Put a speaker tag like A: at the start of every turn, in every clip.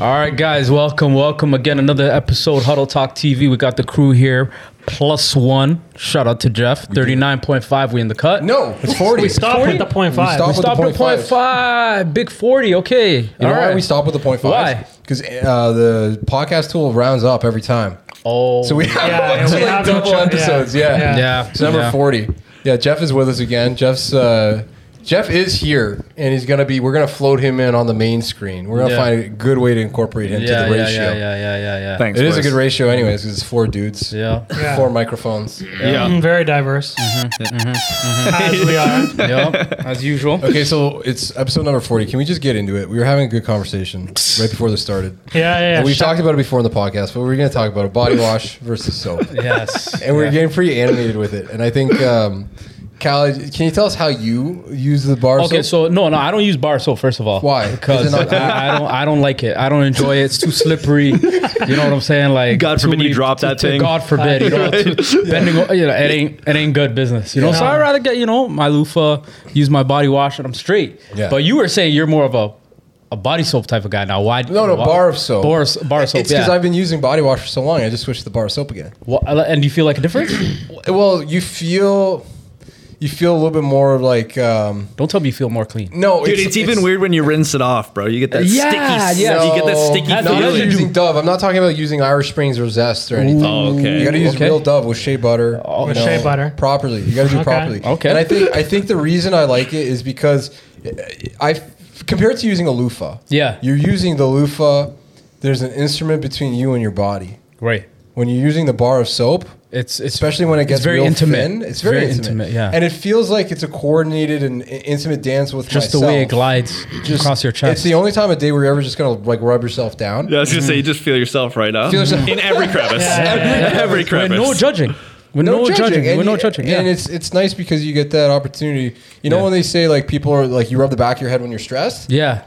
A: All right, guys, welcome, welcome again. Another episode Huddle Talk TV. We got the crew here, plus one. Shout out to Jeff. Thirty nine point five. We in the cut.
B: No, it's 40.
C: We stopped with the point five.
B: stopped
C: We
B: with
A: Stop
B: the
A: at point five. Big forty. Okay.
B: You know
A: All right.
B: why we stop with the point five?
A: Why?
B: Because uh, the podcast tool rounds up every time.
A: Oh.
B: So we have,
C: Yeah,
B: like
C: we have
B: double
C: no choice.
B: episodes. Yeah.
C: Yeah. Yeah.
A: Yeah.
B: It's number
A: yeah.
B: 40. Yeah, Jeff is with us again. Jeff's uh, Jeff is here, and he's gonna be. We're gonna float him in on the main screen. We're gonna
A: Yeah.
B: find a good way to incorporate him
A: Yeah,
B: to the
A: yeah,
B: ratio.
A: yeah, yeah, yeah, yeah, yeah.
D: Thanks.
B: It is a
D: boys.
B: good ratio, anyways, because it's four dudes,
A: Yeah.
C: Yeah.
B: four microphones.
D: Yeah.
C: Mm, very diverse. As we are.
A: Yep. As usual.
B: Okay, so it's episode number 40. Can we just get into it? We were having a good conversation right before this started.
C: Yeah, yeah. yeah.
B: And we
C: Shut-
B: talked about it before in the podcast, but we are going to talk about a body wash versus soap.
A: Yes.
B: And we are
A: Yeah.
B: getting pretty animated with it. And I think, um, Cal, can you tell us how you use the bar
A: Okay,
B: soap?
A: so no, no, I don't use bar soap. First of all,
B: Why? Is
A: Because
B: it not-
A: I, I don't, I don't like it. I don't enjoy it. It's too slippery. you know what I'm saying? Like,
D: God
A: too
D: forbid you drop
A: too-
D: that
A: too-
D: thing.
A: God forbid, you know, too, bending. o- You know, it ain't, it ain't good business. You know, so
C: Yeah.
A: I'd rather get, you know, my loofah, use my body wash, and I'm straight.
B: Yeah.
A: But you were saying you're more of a, a body soap type of guy now. Why?
B: No, no,
A: why-
B: bar of soap.
A: Bar, s- bar soap.
B: It's because
A: yeah.
B: I've been using body wash for so long. I just switched to the bar soap again.
A: Wha- uh, and do you feel like a difference?
B: Well, you feel, you feel a little bit more like, um,
A: don't tell me you feel more clean.
B: no,
D: Dude, it's, even weird when you rinse it off, bro. You get that
A: Yeah,
D: sticky.
A: yeah.
D: You get that
B: No,
D: sticky
A: That's
B: Not
A: what I
D: feeling.
A: do.
B: using Dove. I'm not talking about using Irish Springs or Zest or anything.
D: Oh, okay.
B: You got to use
A: Okay.
B: real Dove with shea butter. you
C: With Oh, shea butter.
B: properly. You got to do it
C: Okay.
B: properly.
A: Okay.
B: And I think I think the reason I like it is because I compared to using a loofah.
A: Yeah.
B: You're using the loofah. There's an instrument between you and your body.
A: Right.
B: When you're using the bar of soap,
A: It's, it's
B: especially when it gets
A: very
B: real
A: intimate.
B: thin, it's very, intimate.
A: Yeah.
B: And it feels like it's a coordinated and i- intimate dance with
A: just
B: myself.
A: the way it glides across your chest.
B: It's the only time of day where you're ever just gonna like rub yourself down.
D: Yeah, I was gonna say you just feel yourself right now.
B: Feel yourself-
D: In every crevice.
C: Yeah, yeah,
D: In every crevice.
A: With no judging. With no, judging.
B: and
A: With
B: you-
A: no judging.
B: And
A: yeah.
B: it's it's nice because you get that opportunity. You know
A: Yeah.
B: when they say like people are like you rub the back of your head when you're stressed,
A: yeah.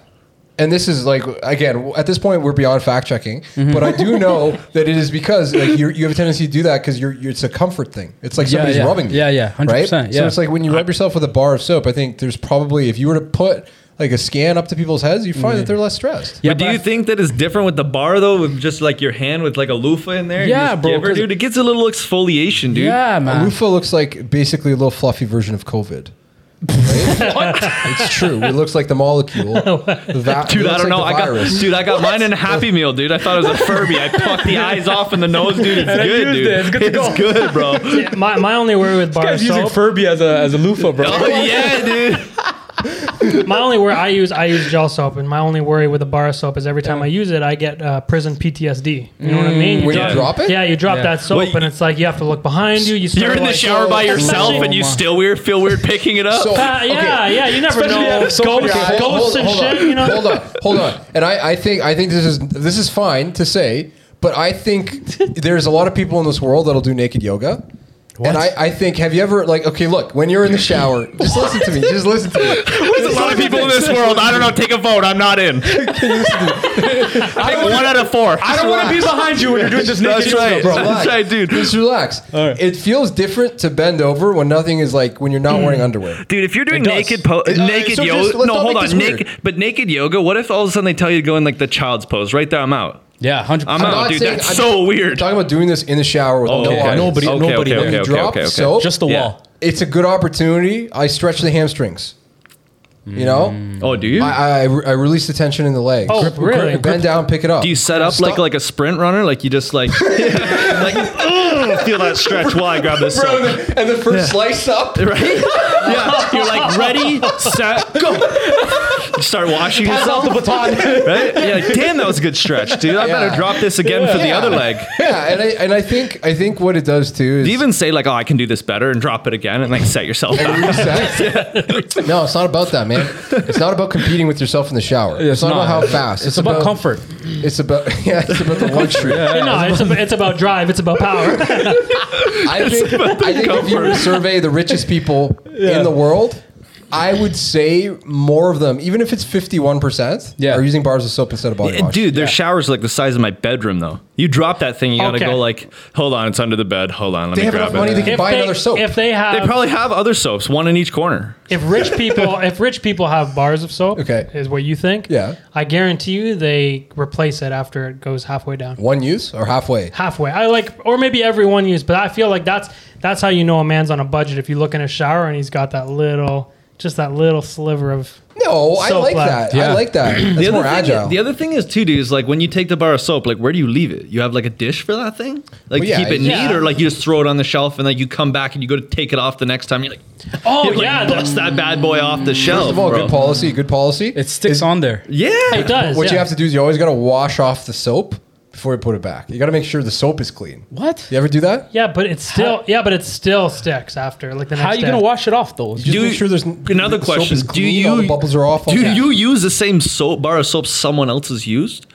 B: and this is like again at this point we're beyond fact checking,
A: Mm-hmm.
B: but I do know that it is because like you you have a tendency to do that because you're, you're it's a comfort thing. It's like
A: Yeah,
B: somebody's
A: yeah.
B: rubbing you.
A: Yeah, yeah. 100%,
B: Right?
A: yeah.
B: So it's like when you rub yourself with a bar of soap. I think there's probably if you were to put like a scan up to people's heads, you find
A: Mm.
B: that they're less stressed.
A: Yeah,
D: but do
A: but I-
D: you think that is different with the bar though, with just like your hand with like a loofah in there? You
A: Yeah,
D: just
A: bro,
D: give her,
A: 'cause-
D: dude, it gets a little exfoliation, dude.
A: Yeah,
B: A
A: man.
B: loofah looks like basically a little fluffy version of COVID. It's true. It looks like the molecule. The va- it
D: Dude, I
B: looks
D: don't know.
B: like
D: I
B: the
D: got
B: virus.
D: dude, I got mine in a Happy Meal, dude. I thought it was a Furby. I plucked the eyes off and the nose, dude. It's
A: I
D: good,
A: used
D: dude.
A: it. It's good to go.
D: good, bro.
C: yeah, my, my only worry with bar soap.
A: Furby as a as a loofah, bro.
D: Oh yeah, dude.
C: my only worry I use I use gel soap, and my only worry with the bar soap is every time I use it, I get uh, prison PTSD. You know what I mean?
B: When you
D: Yeah.
B: drop it?
C: Yeah, you drop
A: Yeah.
C: that soap,
D: Well,
C: and it's like you have to look behind you. you start
D: You're in the
C: like-
D: shower by
B: so-
D: yourself
C: Oh
D: and you
A: my.
D: still weird feel weird picking it up.
B: So-
C: Uh, yeah,
B: Okay.
C: yeah. You never
A: Especially if you
C: know.
A: have
C: Ghosts,
A: soap in your eyes.
C: ghosts and
B: hold
C: shit.
B: on,
C: You know.
B: Hold on, hold on. And I, I think I think this is this is fine to say, but I think there's a lot of people in this world that'll do naked yoga. And I, I think have you ever like okay look when you're in the shower just listen to me just listen to me
D: There's a lot of people in this world. I don't know. Take a vote. I'm not in. Take one out of four.
A: I don't want to be behind you when you're doing this naked
D: That's right.
B: bro
D: That's
B: relax.
D: right, dude.
B: just relax
A: right.
B: it feels different to bend over when nothing is like when you're not wearing underwear
D: Dude, if you're doing
A: does.
D: naked po-
B: It- uh,
D: naked
B: so just-
D: yoga,
B: let's
D: no,
B: not
D: hold
B: make this
D: on,
B: weird.
D: naked, but naked yoga. What if all of a sudden they tell you to go in like the child's pose? Right there, I'm out.
A: Yeah, hundred
D: I'm,
A: percent.
D: out,
B: not
D: dude.
B: saying-
D: that's
B: I'm-
D: so
B: I'm
D: weird. Oh,
B: talking about doing this in the shower with no
D: Okay.
B: audience.
A: Nobody-
D: Okay,
A: nobody- when
D: Okay,
B: when
D: okay,
B: you
D: okay,
B: drop
D: okay, okay.
B: soap
A: Just the
D: Yeah.
A: wall.
B: it's a good opportunity. I stretch the hamstrings. You know,
D: Oh, do you?
B: I, I, I release the tension in the legs.
C: Oh, really?
B: Bend down, pick it up.
D: do you set up like
B: Stop.
D: like a sprint runner? Like you just like like "Ugh," feel that stretch while I grab this
B: Bro,
D: soap.
B: and the, and the first slice up.
D: right? yeah, you're like ready, set, go. Start washing yourself.
A: the baton.
D: Right? Yeah, like, damn, that was a good stretch, dude. I
B: Yeah.
D: better drop this again for the
B: Yeah.
D: other leg.
B: Yeah, and I and I think I think what it does too is
D: You even say like, "Oh, I can do this better," and drop it again, and like set yourself up.
B: reset. no, it's not about that, man. It's not about competing with yourself in the shower. It's, not, about how fast.
A: It's, about, comfort.
B: It's about yeah. It's about the luxury.
C: No, it's about, it's about drive. It's about power.
B: I think, I think if you were to survey the richest people in the world, I would say more of them, even if it's 51%,
A: Yeah.
B: are using bars of soap instead of body wash.
D: Dude, their showers like the size of my bedroom though. You drop that thing, you gotta
C: Okay.
D: go like, hold on, it's under the bed. Hold on, let
B: They
D: me
B: have
D: grab
B: enough
D: it.
B: money to
C: If
B: buy
C: they,
B: another soap.
C: if they have,
D: they probably have other soaps, one in each corner.
C: if rich people, if rich people have bars of soap,
B: Okay.
C: is what you think.
B: Yeah.
C: I guarantee you they replace it after it goes halfway down.
B: One use or halfway?
C: halfway. I like, or maybe everyone use, but I feel like that's that's how you know a man's on a budget. If you look in a shower and he's got that little, just that little sliver of.
B: No, I
C: Soap
B: like
C: left.
B: that. I
A: Yeah.
B: like that. That's
D: The other,
B: more
D: thing,
B: agile.
D: the other thing is too, dude, is like when you take the bar of soap, like where do you leave it? You have like a dish for that thing? Like
B: Well, yeah,
D: to keep it
C: yeah.
D: neat or like you just throw it on the shelf and like you come back and you go to take it off the next time. You're like,
C: Oh
D: you, like,
C: yeah,
D: bust
C: the,
D: that bad boy off the shelf.
B: First of all,
D: bro.
B: good policy. Good policy.
A: It sticks
B: Is-
A: on there.
D: Yeah.
C: it does.
B: What
C: yeah.
B: you have to do is you always got to wash off the soap before you put it back. You got to make sure the soap is clean.
A: What?
B: You ever do that?
C: Yeah, but it's still yeah, but it still sticks after like the next.
A: How are you
C: day.
A: gonna wash it off though?
B: Just
D: Do
B: make
D: you-
B: sure there's n-
D: another
B: the soap
D: question.
B: is
D: do
B: clean,
D: you
B: all the bubbles are off?
D: Do
B: Okay.
D: you use the same soap bar of soap someone else has used?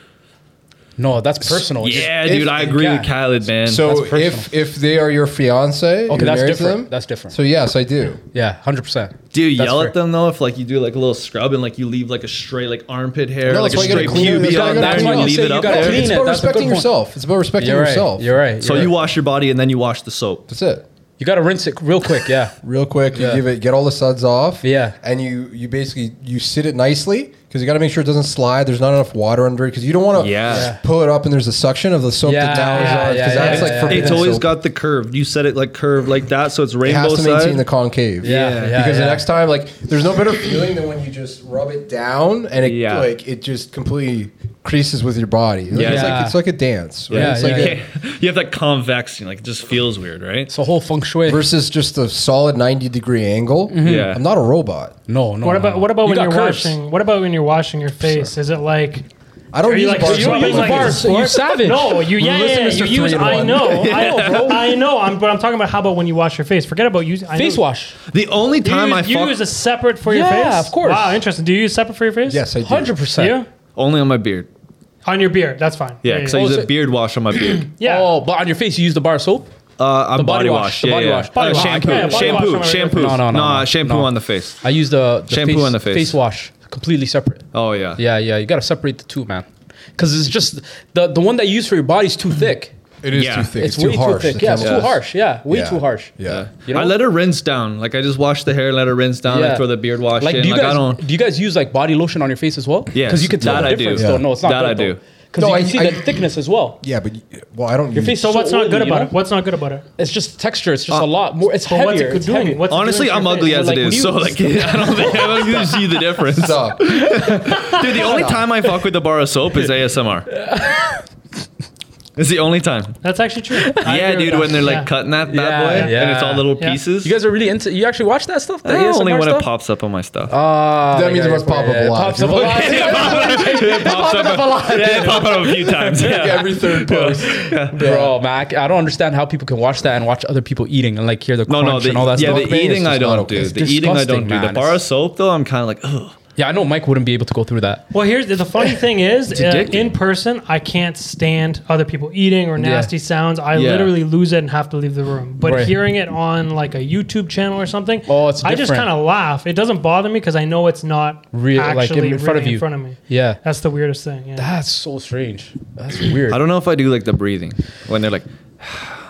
A: No, that's personal.
D: Yeah,
B: if-
D: dude, I agree
A: yeah.
D: with Khaled, man.
B: So
A: That's personal.
B: if if they are your fiance,
A: Okay,
B: you're
A: that's
B: married
A: different.
B: to them.
A: That's different.
B: So yes, I do.
A: Yeah, hundred percent.
D: do you
A: That's
D: yell
A: fair.
D: at them though if like you do like a little scrub and like you leave like a stray like armpit hair,
B: No,
D: like
B: that's
D: a
B: why you
D: stray
B: gotta clean it. That's
D: pubia
B: why you
D: on
B: gotta
D: there, and
B: clean
D: you
B: it.
D: leave
A: So
D: it
A: you
D: up
A: gotta
D: there?
A: clean
B: It's
A: it.
B: about
A: That's a good
B: respecting
A: point.
B: yourself. It's about respecting
A: You're
B: yourself.
A: right. You're right.
D: So
A: you're
D: you
A: right.
D: wash your body and then you wash the soap.
B: That's it.
A: you gotta rinse it real quick. Yeah.
B: Real quick, you
A: Yeah.
B: give it, get all the suds off.
A: Yeah.
B: and you you basically you sit it nicely because you got to make sure it doesn't slide. There's not enough water under it because you don't want to
D: Yeah. Yeah.
B: pull it up and there's a suction of the soap
A: Yeah,
B: that now is
A: yeah,
B: on
A: yeah,
B: because that's
A: yeah,
B: like
A: yeah,
B: forbidden
D: It's always
B: soap.
D: got the curve. You set it like curved like that, so it's
B: it
D: rainbow
B: has to maintain
D: side.
B: the concave.
A: Yeah, Yeah. yeah,
B: because the
A: yeah.
B: next time, like, there's no better feeling than when you just rub it down and it
D: Yeah.
B: like it just completely creases with your body. Like, it's
A: Yeah.
B: like it's like a dance. Right?
A: Yeah,
B: it's
A: yeah,
B: like
A: yeah.
B: a-
D: Okay. You have that convex, you know, like it just feels weird, right?
A: it's a whole feng shui.
B: versus just a solid 90 degree angle.
D: Yeah.
B: I'm not a robot.
A: no, no.
C: What
A: no,
C: about
A: no.
C: what about
A: You
C: when
A: got
C: you're
A: curves.
C: washing? What about when you're washing your face? Is it like
B: I don't
C: are you
B: use
C: like
B: bars.
C: you
B: for
A: use
C: use
B: my
A: like
B: legs.
A: bars? So you savage.
C: No, you yeah,
B: Listen,
C: yeah,
B: Mr.
C: you use.
B: Three in
C: I
B: One.
C: know, I know, bro. I know. I'm but I'm talking about how about when you wash your face? Forget about using I
A: Face
C: know-
A: wash.
D: The only
C: Do
D: time
C: you,
D: I
C: you
D: fuck
C: use a separate for your face?
A: Yeah, of course.
C: Wow, interesting. Do you use separate for your face?
B: Yes, I do.
A: Hundred
C: You?
A: percent.
D: only on my beard.
C: On your beard. That's fine.
D: Yeah, because I
A: yeah.
D: use
A: Oh,
D: a
A: so-
D: beard wash on my beard.
C: Yeah.
A: Oh, but on your face you use the bar of soap.
D: Uh, I'm
A: body
D: body,
A: wash,
D: wash.
A: the
D: Yeah,
A: body
D: yeah.
A: wash,
D: Uh,
A: body
C: wash.
D: shampoo,
C: Yeah, body
D: shampoo,
C: wash.
D: shampoo.
A: No, no, no,
D: Nah,
A: no.
D: shampoo
A: No.
D: on the face.
A: I use the, the
D: Shampoo
A: face,
D: on the face.
A: face wash completely separate.
D: Oh yeah.
A: Yeah, yeah. You gotta separate the two, man. Because it's just the the one that you use for your body is too thick.
B: It is
D: Yeah.
B: too thick.
A: It's,
B: It's,
A: way
B: too harsh.
A: too thick.
B: the
A: Yeah, it's too
B: chemicals.
A: harsh. Yeah, way
B: Yeah.
A: too harsh.
B: Yeah.
A: You know?
D: I let her rinse down. Like I just wash the hair, let her rinse down, like throw the beard wash
A: Like,
D: in.
A: do you
D: like
A: guys
D: I don't.
A: do you guys use like body lotion on your face as well?
D: Yes,
A: because you can tell
D: that
A: the
D: I do.
A: difference.
D: Yeah.
A: Though no, it's not
D: That I
A: good,
D: do.
A: Because
B: No,
A: you
B: I-
A: can see
B: I-
A: the thickness as well.
B: Yeah, but you- well, I don't. Your
A: face-
B: face.
C: so,
A: so
C: what's not
A: oily,
C: good
A: you
C: about
A: know?
C: it? What's not good about it?
A: It's just texture. It's just a lot more. It's
C: But
A: heavier.
C: what's it
A: it's
C: doing?
A: heavier.
C: What's it
D: Honestly,
C: doing to
D: I'm
C: your
D: ugly
C: face?
D: as
A: Like,
D: it
A: when
D: is,
A: you-
D: so like I don't think I'm gonna see the difference.
B: Stop.
D: Dude, the only time I fuck with the bar of soap is ASMR. it's the only time.
C: That's actually true. I
D: yeah,
C: agree with
D: dude, when
C: that.
D: they're
C: Yeah.
D: like cutting that bad
A: Yeah,
D: boy and it's all
A: yeah.
D: little
C: Yeah.
D: pieces.
A: You guys are really into. You actually watch that stuff? The
D: I
A: ASMR
D: only when it
A: stuff?
D: pops up on my stuff.
A: Ah,
B: That means it
A: yeah,
B: must
A: yeah,
B: pop up a
A: yeah,
B: lot.
A: Pops up a lot.
D: it pops up a lot. Yeah, it popped up a few times. Yeah.
B: Every third post.
A: Bro, Mac, I don't understand how people can watch that and watch other people eating and like hear the
D: No,
A: crunch
D: no, the,
A: and all that
D: yeah,
A: stuff.
D: the
B: is
D: eating I
B: just
D: don't
B: not okay.
D: do.
B: It's
D: The eating I don't
A: disgusting,
D: do. The
A: man.
D: bar of soap though, I'm kind of like, ugh.
A: yeah, I know Mike wouldn't be able to go through that.
C: Well, here's the funny thing is uh,
D: addicting.
C: in person, I can't stand other people eating or nasty sounds. I
D: Yeah.
C: literally lose it and have to leave the room. But
A: Right.
C: hearing it on like a YouTube channel or something,
A: Oh, it's
C: I just
A: different.
C: kind of laugh. It doesn't bother me because I know it's not
A: Real- like, in-
C: actually
A: in front of
C: really
A: you.
C: In front of me.
A: Yeah.
C: That's the weirdest thing. Yeah.
A: That's so strange. That's weird.
D: I don't know if I do like the breathing when they're like,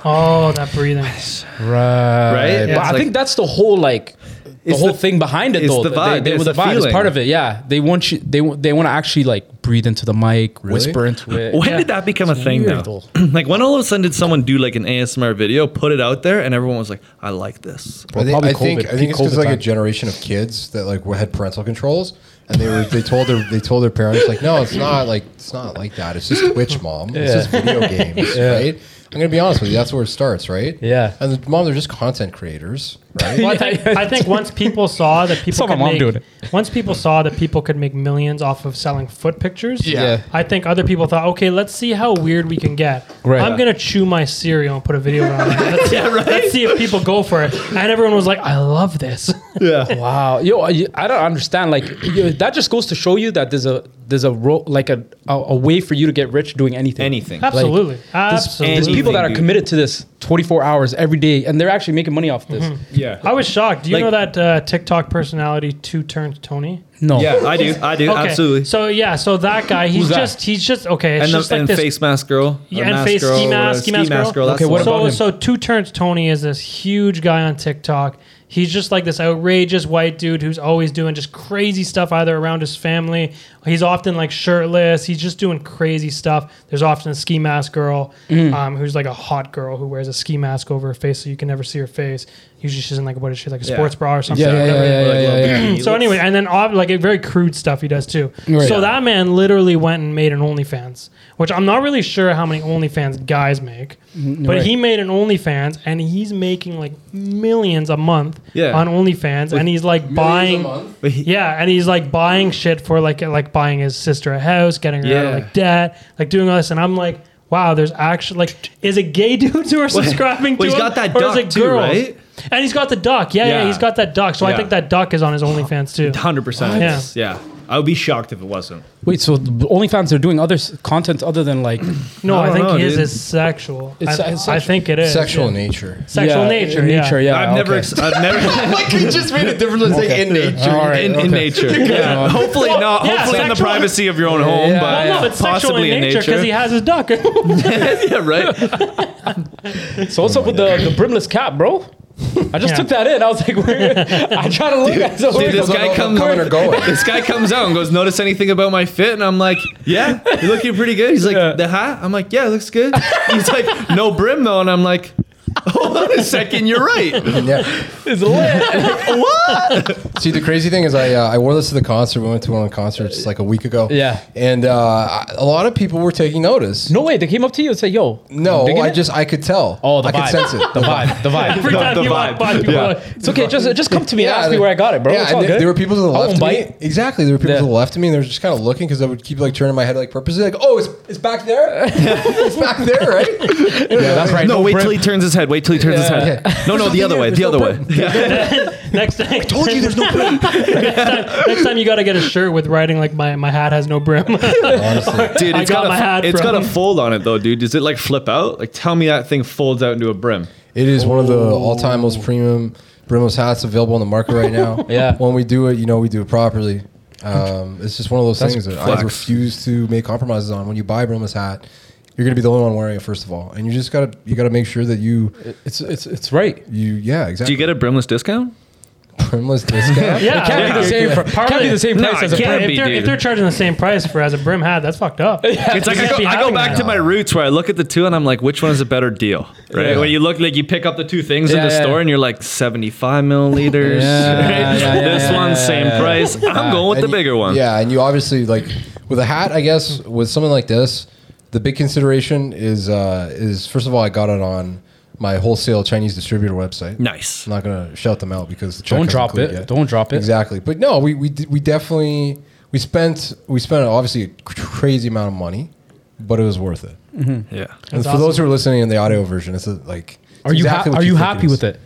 C: oh, that breathing.
A: Right.
D: Right?
A: But
D: Yeah.
A: I
D: It's
A: think
D: like-
A: that's the whole like the
D: It's
A: whole
D: the-
A: thing behind it
D: it's
A: though.
D: the
A: They-
D: vibe,
A: They,
D: it's
A: with
D: the
A: It's
D: feeling.
A: part of it. Yeah. They want you. They want- they want to actually like breathe into the mic, whisper into it.
D: when
A: Yeah.
D: did that become a thing
A: weird,
D: though? like when all of a sudden did someone do like an ASMR video, put it out there, and everyone was like, I like this.
B: I think,
A: probably
B: I think,
A: COVID,
B: I think it's because
A: peak
B: like
A: COVID
B: a
A: time.
B: generation of kids that like had parental controls, and they were they told their they told their parents like, no, it's not like it's not like that. It's just Twitch, mom. It's just video games, right? I'm gonna be honest with you. That's where it starts, right?
A: Yeah.
B: And the, mom, they're just content creators, right?
C: Well, I think, I think once people saw that people
A: Saw my
C: could
A: mom
C: make,
A: doing it.
C: once people saw that people could make millions off of selling foot pictures,
A: Yeah.
C: I think other people thought, okay, let's see how weird we can get.
A: Right.
C: I'm gonna chew my cereal and put a video on it. Let's, see- let's see if people go for it. And everyone was like, I love this.
D: Yeah.
A: Wow, yo, I, I don't understand. Like, yo, that just goes to show you that there's a there's a ro- like a, a a way for you to get rich doing anything.
D: Anything.
C: Absolutely.
A: There's-
C: Absolutely.
A: There's people
D: Anything,
A: that are
D: dude.
A: committed to this 24 hours every day, and they're actually making money off this.
D: Yeah.
C: I was shocked. Do you
D: Like-
C: know that uh, TikTok personality two turns Tony?
A: No.
D: Yeah, I do. I do.
C: Oh. Okay.
D: Absolutely.
C: So yeah, so that guy, he's
A: Who's that?
C: just he's just okay. It's
D: and
C: just
D: the,
C: like
D: and
C: this
D: face mask girl. or
C: Yeah, and face ski
D: or
C: mask, ski mask girl.
D: that's
A: Okay,
D: the
A: what
D: one.
A: about
C: so,
A: him?
C: so two turns Tony is this huge guy on TikTok. He's just like this outrageous white dude who's always doing just crazy stuff, either around his family. He's often like shirtless. He's just doing crazy stuff. There's often a ski mask girl
A: Mm.
C: um, who's like a hot girl who wears a ski mask over her face so you can never see her face. Usually she's in like what is she like a
D: Yeah.
C: sports bra or something?
A: Yeah, yeah, yeah, yeah, yeah, yeah, yeah.
C: So anyway, and then ob- like very crude stuff he does too.
A: Right.
C: So
A: Yeah.
C: that man literally went and made an OnlyFans, which I'm not really sure how many OnlyFans guys make,
D: Mm,
C: but
A: right.
C: he made an OnlyFans and he's making like millions a month
D: Yeah.
C: on OnlyFans, and he's like buying. Yeah, and he's like buying shit for like like buying his sister a house, getting her out of
D: Yeah.
C: like debt, like doing all this, and I'm like, wow, there's actually like, is it gay dudes who are subscribing to
D: well, he's
C: him,
D: got that
C: or is
D: duck
C: it
D: too,
C: girls?
D: right?
C: And he's got the duck, yeah, yeah,
D: Yeah.
C: he's got that duck. So I
D: Yeah.
C: think that duck is on his OnlyFans too.
D: Hundred percent.
C: Yeah.
D: Yeah. I would be shocked if it wasn't.
A: Wait, so the OnlyFans are doing other s- content other than like
C: No,
D: I
C: I,
D: don't
C: think
D: know,
C: his
D: dude.
C: is sexual.
A: It's-
C: I,
A: it's
C: I
A: sexual-
C: think it is
B: Sexual
C: yeah.
B: nature.
C: Sexual
A: Yeah,
C: nature, yeah.
A: Nature, yeah.
D: I've never.
A: okay.
D: Ex- I've never.
B: like he just made a difference between in nature.
A: All right,
D: in, in
A: okay.
D: nature. Yeah. Hopefully not.
C: yeah,
D: hopefully in the
C: sexual-
D: privacy of your own home,
A: yeah,
D: but
C: Well, no, it's sexual in
D: possibly
C: nature because he has his duck.
D: yeah, right.
A: So what's up with the, the brimless cap, bro? I just
C: Yeah.
A: took that in. I was like, where, I try to look at so
D: Dude, this
B: Don't know
D: guy
B: if
D: comes.
B: I'm coming or going.
D: This guy comes out and goes, "Notice anything about my fit?" And I'm like, "Yeah, you're looking pretty good." He's like,
A: Yeah.
D: "The hat?" I'm like, "Yeah, it looks good." He's like, "No brim though," and I'm like, "Hold on a second, you're right."
B: Yeah.
A: is lit.
B: See, the crazy thing is, I uh, I wore this to the concert. We went to one of the concerts just like a week ago.
A: Uh, Yeah.
B: And uh, I- a lot of people were taking notice.
A: No way. They came up to you and said, yo.
B: No,
A: I'm digging
B: I
A: it.
B: just I could tell.
A: Oh, the
B: I
A: vibe.
B: could sense it.
A: The vibe. The vibe.
C: Every time
D: the
C: you
D: vibe.
C: walk by, people
D: Yeah.
C: are like,
A: It's okay. Just just come to me and ask me
B: there-
A: where I got it, bro.
B: Yeah,
A: it's all
B: and there,
A: good.
B: there were people to the
A: I won't
B: left. To me.
A: bite.
B: Exactly, there were people
A: Yeah.
B: to the left of me, and they were just kind of looking because I would keep like turning my head like purposely, like, "Oh, it's, it's back there, it's back there, right?"
A: That's right.
D: No, wait
A: brim.
D: till he turns his head. Wait till he turns his head. No, no, the other way. The other way.
C: next time. I told you there's no brim. next, time, next time you got to get a shirt with writing like my, my hat has no brim.
D: Dude,
C: I
D: it's
C: got
D: got,
C: my hat
D: a, it's
C: from-
D: got a fold on it though, dude. Does it like flip out? Like, tell me that thing folds out into a brim.
B: It is one of the all-time most premium Brimos hats available on the market right now.
A: Yeah.
B: when we do it, you know, we do it properly. Um, it's just one of those things that I
D: flex.
B: refuse to make compromises on. When you buy a Brimos hat, you're gonna be the only one wearing it first of all, and you just gotta you gotta make sure that you
A: It's, it's, it's right.
B: you yeah exactly.
D: Do you get a brimless discount?
B: brimless discount?
C: yeah,
A: It can't be the same.
C: yeah.
A: pr- Can't be the same
D: No,
A: price
D: it
A: as a
D: can't
A: brim.
C: if,
D: be,
C: they're, if
D: dude.
C: they're charging the same price for as a brim hat, that's fucked up.
D: It's like I
C: You
D: go,
C: can't be
D: I go
C: having
D: back
C: that.
D: to my roots where I look at the two and I'm like, which one is a better deal? Right?
B: Yeah.
D: When you look like you pick up the two things
A: Yeah,
D: in the
A: yeah.
D: store and you're like 75 milliliters.
A: Yeah,
D: right?
A: yeah, yeah,
D: this
A: yeah,
D: one's
A: yeah,
D: same
A: yeah,
D: price. I'm going with
B: And
D: the
B: you-
D: bigger one.
B: Yeah, and you obviously like with a hat, I guess with something like this, the big consideration is uh, is first of all, I got it on my wholesale Chinese distributor website.
D: Nice.
B: I'm not gonna shout them out because the check
A: Don't
B: hasn't
A: drop
B: cleared
A: it.
B: yet.
A: Don't drop it.
B: Exactly, but no, we we d- we definitely we spent we spent obviously a crazy amount of money, but it was worth it.
D: Yeah.
B: and for
C: awesome.
B: those who are listening in the audio version, it's a, like. it's
A: Are you,
B: exactly
A: ha-
B: what
A: are you
B: think
A: happy
B: is.
A: with it?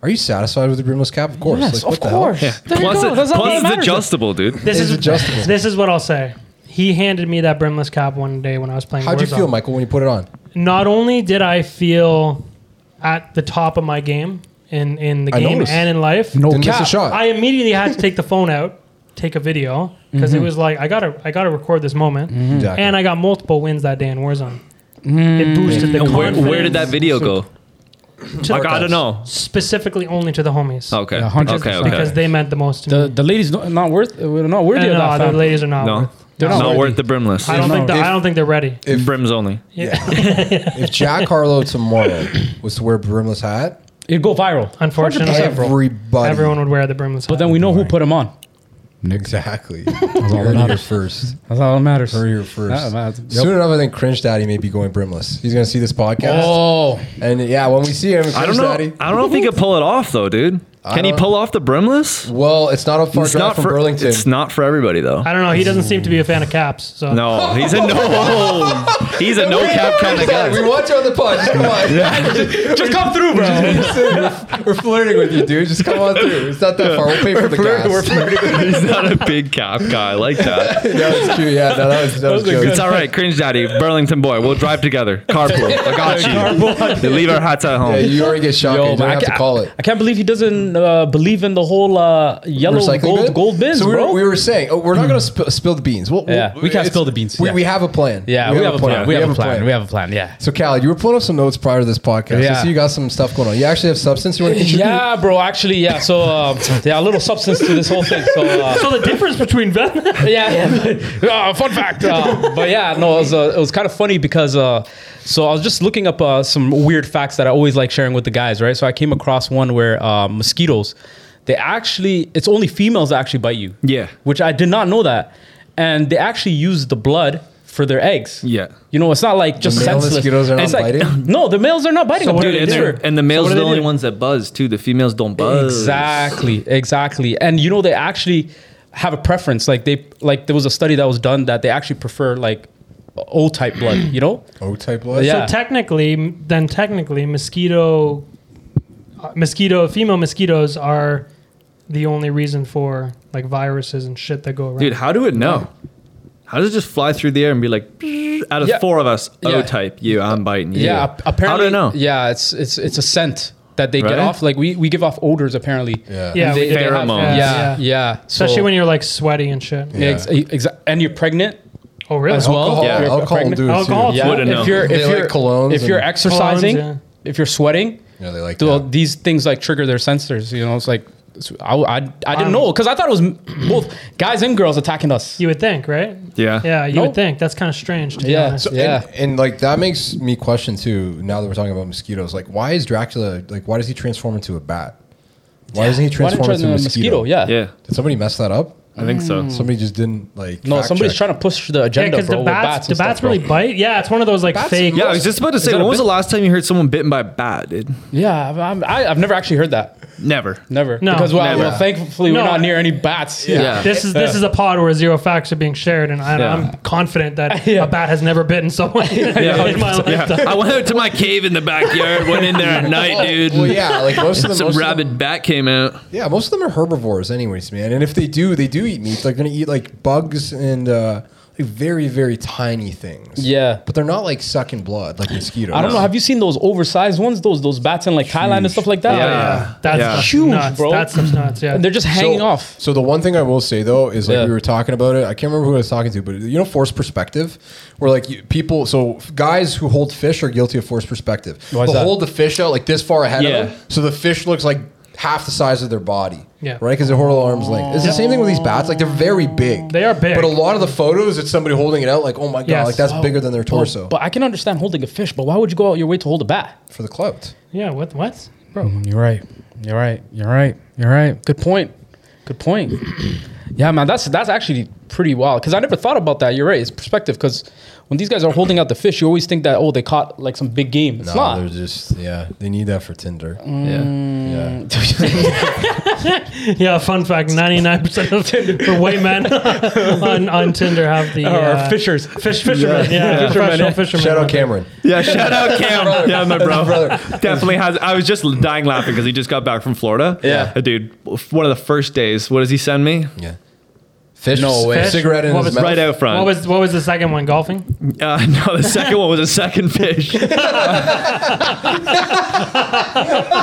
B: Are you satisfied with the brimless cap? Of course.
A: Yes,
B: Like,
A: of
B: what the hell?
A: course. There you
D: Plus,
A: go.
D: it-
A: That's all
D: plus
A: that
D: it's
A: matters.
D: adjustable, dude.
C: This
B: It's
C: is
B: adjustable.
C: This is what I'll say. He handed me that brimless cap one day when I was playing.
B: How'd you
C: Warzone.
B: feel, Michael, when you put it on?
C: Not only did I feel at the top of my game in in the
B: I
C: game
B: noticed.
C: and in life,
A: No
B: Didn't miss a
A: cap.
B: shot.
C: I immediately had to take the phone out, take a video because
A: Mm-hmm.
C: it was like I gotta I gotta record this moment,
B: Exactly.
C: and I got multiple wins that day in Warzone.
A: Mm-hmm.
C: It boosted the
D: And where,
C: confidence.
D: where did that video go?
C: to
D: Like, I don't know.
C: Specifically, only to the homies
D: Okay.
A: Yeah, 100%.
D: okay. Okay.
C: because they meant the most to
A: The,
C: me.
A: the ladies not, not worth we're not worthy
C: And
A: of that.
C: no, the
A: fam.
C: ladies are not.
D: no.
C: worth-
A: They're
D: not,
A: not worthy.
D: worth the brimless.
C: I don't
A: No.
C: think the,
B: If-
C: I don't think they're ready.
D: Brims only.
B: If Jack Harlow tomorrow was to wear a brimless hat,
A: It'd go viral.
C: Unfortunately,
B: everybody.
C: everyone would wear the brimless.
A: But then we know who put them on.
B: Exactly. You heard it here first.
A: That's all that matters.
B: Heard it here first.
A: That matters. Yep.
B: Soon enough, I think Cringe Daddy may be going brimless. He's going to see this podcast.
A: Oh,
B: And yeah, when we see him, Cringe
D: I don't know.
B: Daddy.
D: I don't know if he could pull it off though, dude. Can he
B: don't-
D: pull off the brimless?
B: Well, it's not a far
D: It's
B: drive
D: not
B: from
D: for
B: Burlington.
D: It's not for everybody though.
C: I don't know. He doesn't seem to be a fan of caps. So
D: No, he's a no. He's a no cap kind of
B: Exactly.
D: guy.
B: We want you on the pod. Just come on.
A: Just come through, bro.
B: We're flirting with you, dude. Just come on through. It's not that far. We'll pay for the gas.
D: He's not a big cap guy I like that.
B: that was true. Yeah, no, that was that was, good.
D: It's all right, cringe daddy, Burlington boy. We'll drive together. Carpool. I got you. They leave our hats at home.
B: Yeah, you already get shocked.
A: Yo,
B: you
A: man,
B: don't have
A: I,
B: to
A: ca-
B: call it.
A: I can't believe he doesn't uh, believe in the whole uh, yellow
B: Recycling
A: gold
B: bin?
A: gold bins,
B: so we were,
A: bro. Hmm.
B: we were saying, oh, we're not going to sp- spill the beans. We'll,
A: Yeah, we can't
B: it's-
A: spill the beans,
B: We,
A: yeah.
B: we have a plan.
A: yeah, we, have, a plan. We have a plan. We have a plan. Yeah.
B: So, Cal, you were pulling up some notes prior to this podcast.
A: Yeah.
B: I see you got some stuff going on. You actually have substance you want to contribute.
A: Yeah, bro. Actually, yeah. So, uh, yeah, a little substance to this whole thing. So, uh,
C: So the difference between Venom.
A: yeah, yeah. Uh, fun fact. Uh, but yeah, no, it was, uh, it was kind of funny because uh, so I was just looking up uh, some weird facts that I always like sharing with the guys, right? So I came across one where uh, mosquitoes, they actually, it's only females that actually bite you.
D: Yeah.
A: Which I did not know that. And they actually use the blood for their eggs.
D: Yeah.
A: You know, it's not like just
B: male
A: senseless.
B: mosquitoes are not
A: It's like-
B: biting?
A: No, the males are not biting.
C: what do
A: apparently.
C: they
D: And,
A: It's
C: do?
A: weird.
D: they're- and the males
A: So what
D: are the
A: do they
D: only
A: do?
D: ones that buzz too. The females don't buzz.
A: Exactly, exactly. And you know they actually have a preference. Like they like there was a study that was done that they actually prefer like O type blood, you know?
B: O Oh, type blood.
A: Yeah.
C: So technically, then technically, mosquito, uh, mosquito, female mosquitoes are the only reason for like viruses and shit that go around.
D: Dude, how do it know? How does it just fly through the air and be like, "Psh," out of
A: Yeah.
D: four of us, O
A: Yeah.
D: type, you, I'm biting you.
A: Yeah, ap- apparently
D: How do I know?
A: Yeah, it's it's it's a scent that they
D: Right?
A: get off. Like we, we give off odors apparently.
B: Yeah.
C: yeah,
A: And they-
C: we did
A: they
C: have-
A: Yeah,
D: Pheromones. Yeah,
A: yeah. So-
C: especially when you're like sweaty and shit.
A: yeah. ex- ex- and you're pregnant
C: Oh really?
A: as well.
B: Alcohol,
A: if you're
B: alcohol will
A: pregnant.
B: do it too.
C: Alcohol
A: Yeah,
D: Wouldn't know.
A: if you're if
B: They like
A: you're
B: colognes
A: if you're
B: and-
A: exercising,
C: Colognes, yeah.
A: if you're sweating,
B: Yeah, they like
A: th-
B: that.
A: these things like trigger their sensors. You know, it's like it's- I, I, I
B: Um,
A: didn't know because I thought it was m- both guys and girls attacking us.
C: You would think, right?
D: Yeah.
C: Yeah, you
A: Nope.
C: would think. That's kind of strange. To be
A: Yeah.
C: honest.
A: So- Yeah.
B: And, and like that makes me question too. Now that we're talking about mosquitoes, like why is Dracula like why does he transform into a bat? Why doesn't he
A: Why didn't
B: transform
A: try
B: into a
A: the
B: mosquito?
A: Yeah.
D: Yeah.
B: Did somebody mess that up?
D: I think so.
B: Somebody just didn't like.
A: Hmm. No,
B: fact
A: somebody's
B: check.
A: trying to push the
C: Yeah,
A: agenda,
C: because
A: bro.
C: the
A: with
C: bats, the
A: and
C: bats
A: stuff, bro.
C: really bite. Yeah, it's one of those like
B: Bats-
C: fake.
D: Yeah, I was just about to say,
A: that
D: when
A: a
D: was the
A: bit-
D: last time you heard someone bitten by a bat, dude?
A: Yeah, I've- I'm, I, I've never actually heard that.
D: Never.
A: Never.
C: No.
A: because well,
D: Never.
A: well, thankfully
C: No.
A: we're not near any bats. Yeah.
D: Yeah.
C: This is this is a pod where zero facts are being shared, and I,
D: Yeah.
C: I'm confident that
A: Yeah.
C: a bat has never bitten someone in my
D: Yeah.
C: lifetime.
D: I went out to my cave in the backyard, went in there at night, dude.
B: Well, yeah, like most of them.
D: Some
B: most of
D: rabid
B: them-
D: bat came out.
B: yeah, most of them are herbivores, anyways, man. And if they do, they do eat meat. They're gonna eat like bugs and uh, like very, very tiny things.
A: Yeah.
B: but they're not like sucking blood like mosquitoes.
A: I don't know. Have you seen those oversized ones? Those those bats in like Thailand and stuff like that.
D: Yeah.
C: That's
D: Yeah.
C: just
A: Huge,
C: nuts.
A: bro.
C: That's just nuts. Yeah,
A: And they're just hanging
B: so,
A: off.
B: So the one thing I will say though is like
A: Yeah.
B: we were talking about it. I can't remember who I was talking to, but you know, forced perspective, where like you, people, so f- guys who hold fish are guilty of forced perspective.
A: Why is
B: They'll
A: that?
B: hold the fish out like this far ahead
D: Yeah.
B: of them, so the fish looks like half the size of their body.
C: Yeah.
B: Right, because they're holding at arm's length. It's the same thing with these bats. Like they're very big.
C: They are big.
B: But a lot of the photos, it's somebody holding it out. Like, oh my god,
C: Yes.
B: like that's
C: Oh.
B: bigger than their torso
A: But I can understand holding a fish, but why would you go out your way to hold a bat?
B: for the clout.
C: yeah. What? What?
A: Mm, You're right. You're right. You're right. You're right. Good point. Good point. Yeah, man, that's that's actually pretty wild because I never thought about that. You're right. It's perspective because when these guys are holding out the fish, you always think that oh they caught like some big game. It's
B: they're
A: not.
B: just yeah. They need that for Tinder.
D: Mm. Yeah.
B: Yeah.
C: Yeah. Fun fact: ninety nine percent of the white men on, on Tinder have the
A: Or
C: uh,
A: fishers.
C: fish fishermen. Yeah, professional fishermen.
B: Shout out Cameron.
D: Yeah, shout out Cam. yeah, my bro.
B: brother.
D: Definitely has. I was just dying laughing because he just got back from Florida.
A: Yeah.
D: Uh, Dude, one of the first days, what does he send me?
B: Yeah. Fish.
A: No way.
B: Fish? Cigarette in
C: What
B: his
C: was-
B: mouth.
D: Right out front.
C: What was what was the second one? Golfing.
D: Uh, no, the second one was a second fish. did,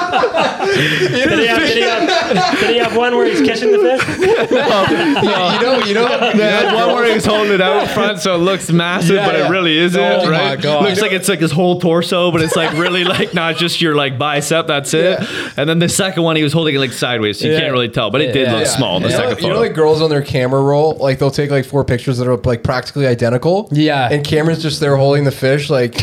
C: Did he, have, did, he have, did he have one where he's catching the fish?
B: you know, you know.
D: They had one where he's holding it out front, so it looks massive,
A: Yeah,
D: but
A: yeah.
D: it really isn't.
A: Oh my
D: right?
A: God.
D: Looks like it's like his whole torso, but it's like really like not just your like bicep. That's it. And then the second one, he was holding it like sideways, so you
A: Yeah.
D: can't really tell, but it did
A: Yeah.
D: look
A: Yeah.
D: small. The
B: you know,
D: second
B: you know,
D: photo.
B: like girls on their camera roll, like they'll take like four pictures that are like practically identical.
A: Yeah.
B: And Cameron's just there holding the fish, like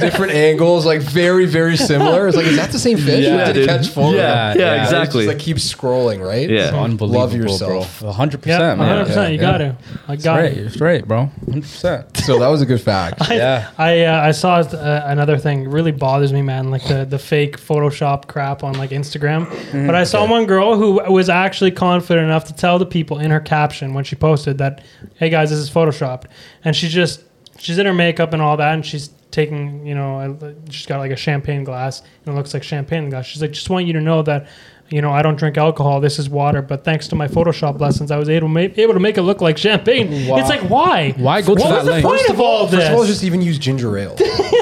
B: different angles, like very, very similar. It's like, is that the same fish?
A: Yeah,
B: Did it
D: dude.
B: catch full?
D: Yeah,
A: Yeah,
D: yeah,
A: it's just
B: It's
D: exactly.
B: just, like keep scrolling, right?
D: Yeah.
A: It's unbelievable,
B: Love yourself.
A: bro. 100%,
C: Yeah, 100%.
A: man.
B: Yeah,
C: you
B: yeah.
C: got to. I got
A: Right,
C: it.
A: you're straight, bro. 100%.
B: So that was a good fact.
A: Yeah.
C: I uh, I saw uh, another thing really bothers me, man. Like the, the fake Photoshop crap on like Instagram.
A: Mm-hmm.
C: but I saw one girl who was actually confident enough to tell the people in her caption when she posted that, "Hey guys, this is photoshopped," and she just she's in her makeup and all that, and she's taking you know a- she's got like a champagne glass and it looks like champagne glass. She's like, just want you to know that. You know, I don't drink alcohol. This is water. But thanks to my Photoshop lessons, I was able to make, able to make it look like champagne. It's like, why?
A: Why go to
C: What
A: that
C: was the
A: length?
C: point
A: First
C: of all this?
B: First of all, just even use ginger ale.
D: yeah.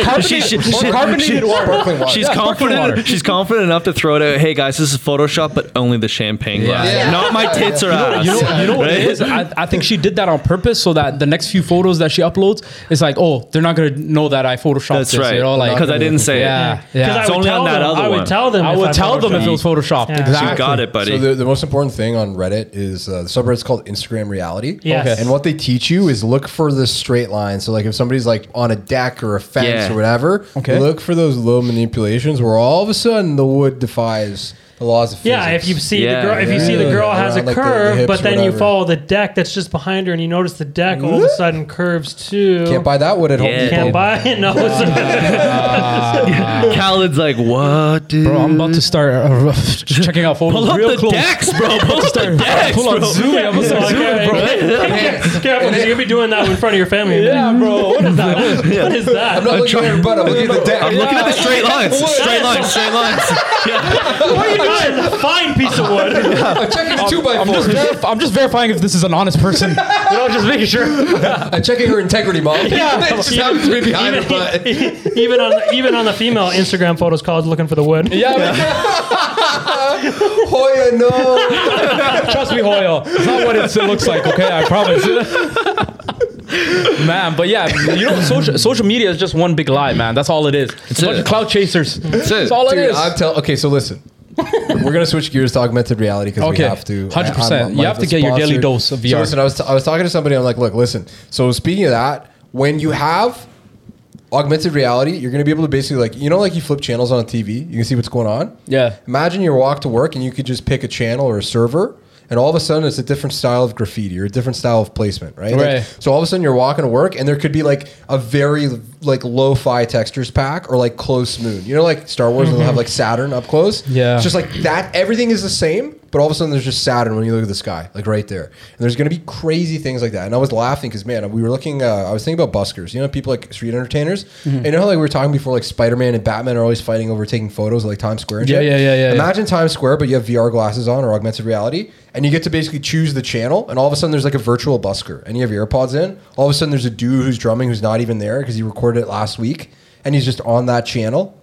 A: carbonated- or carbonated water.
B: Sparkling water.
D: She's
A: Yeah, sparkling water.
D: confident. She's confident enough to throw it out. Hey guys, this is Photoshop, but only the champagne glass,
B: Yeah.
D: not my tits or ass.
A: You know, you know what it
D: Right?
A: is? I, I think she did that on purpose so that the next few photos that she uploads, it's like, oh, they're not gonna know that I photoshopped
D: That's
A: this.
D: right.
A: You know, like
D: Because I didn't say
A: Yeah,
D: it.
A: yeah.
C: Because
D: It's
C: I would
D: only
C: tell
D: on that
C: them,
D: other
C: I
D: one.
C: would tell them.
A: I
C: if
A: would tell them if
C: photoshopped.
A: it was photoshopped.
C: Yeah.
A: Exactly.
D: You got it, buddy.
B: So the, the most important thing on Reddit is uh, the subreddit's called Instagram Reality.
C: Yes. Okay.
B: And what they teach you is look for the straight line. So like if somebody's like on a deck or a fence
D: Yeah.
B: or whatever,
A: Okay.
B: look for those little manipulations where all of a sudden the wood defies the laws of physics.
C: Yeah, if you see
D: Yeah,
C: the girl, if you see the
B: yeah.
C: girl has a
B: Around, like, the- the
C: curve,
B: hips
C: but
B: or
C: then you
B: whatever.
C: follow the deck that's just behind her, and you notice the deck all of a sudden curves too.
B: can't buy that wood at
D: Yeah.
B: home. Depot.
C: Can't buy it. No, it's-
D: Khaled's like, what, dude?
A: Bro, I'm about to start uh, checking out photos
D: pull up
A: real
D: the
A: close.
D: decks, bro. Pull up the decks,
A: Pull up
D: bro.
A: Zoom. I'm gonna start
C: Like,
A: zooming, bro.
C: uh, Careful, because you're gonna be doing that in front of your family.
A: Yeah, bro. What is that?
C: What is that?
B: I'm not looking at your butt. I'm looking at the deck.
D: I'm looking at the straight lines. Straight lines. Straight lines. Yeah.
C: What are you doing? It's a Fine piece of wood.
B: I'm checking his two by
A: I'm just,
B: four.
A: verif- I'm just verifying if this is an honest person. You know, just making sure.
B: I'm checking her integrity, mom.
C: Yeah.
B: it just happens to be behind her butt.
C: even on even on the female Instagram photos, college looking for the wood.
A: Yeah,
B: Hoya, no.
A: man, trust me, Hoyle. It's not what it's, it looks like, okay? I promise. man, but yeah, you know, social, social media is just one big lie, man. That's all it is. It's a bunch
D: it.
A: of cloud chasers. That's
D: it.
A: all it
B: Dude,
A: is.
B: I'm tell. Okay, so listen. We're gonna switch gears to augmented reality because
A: Okay,
B: we have to.
A: 100%.
B: I- I'm-
A: You have to get your daily dose of
B: So
A: VR.
B: listen, I was, t- I was talking to somebody. I'm like, look, listen. So speaking of that, when you have augmented reality, you're gonna be able to basically like, you know, like you flip channels on a TV, you can see what's going on.
A: Yeah.
B: Imagine you walk to work and you could just pick a channel or a server. And all of a sudden, it's a different style of graffiti or a different style of placement, right? Like,
A: Right.
B: so all of a sudden, you're walking to work, and there could be like a very like lo-fi textures pack or like close moon. You know, like Star Wars, they'll have like Saturn up close.
A: Mm-hmm. Yeah.
B: It's just like that. Everything is the same, but all of a sudden, there's just Saturn when you look at the sky, like right there. And there's gonna be crazy things like that. And I was laughing because man, we were looking. Uh, I was thinking about buskers. You know, people like street entertainers.
A: Mm-hmm.
B: And you know how like we were talking before, like Spider-Man and Batman are always fighting over taking photos, of, like Times Square. and
A: Yeah,
B: shit?
A: yeah, yeah, yeah, yeah.
B: Imagine imagine Times Square, but you have VR glasses on or augmented reality, and you get to basically choose the channel. And all of a sudden, there's like a virtual busker, and you have your AirPods in. All of a sudden, there's a dude who's drumming who's not even there because he recorded it last week, and he's just on that channel.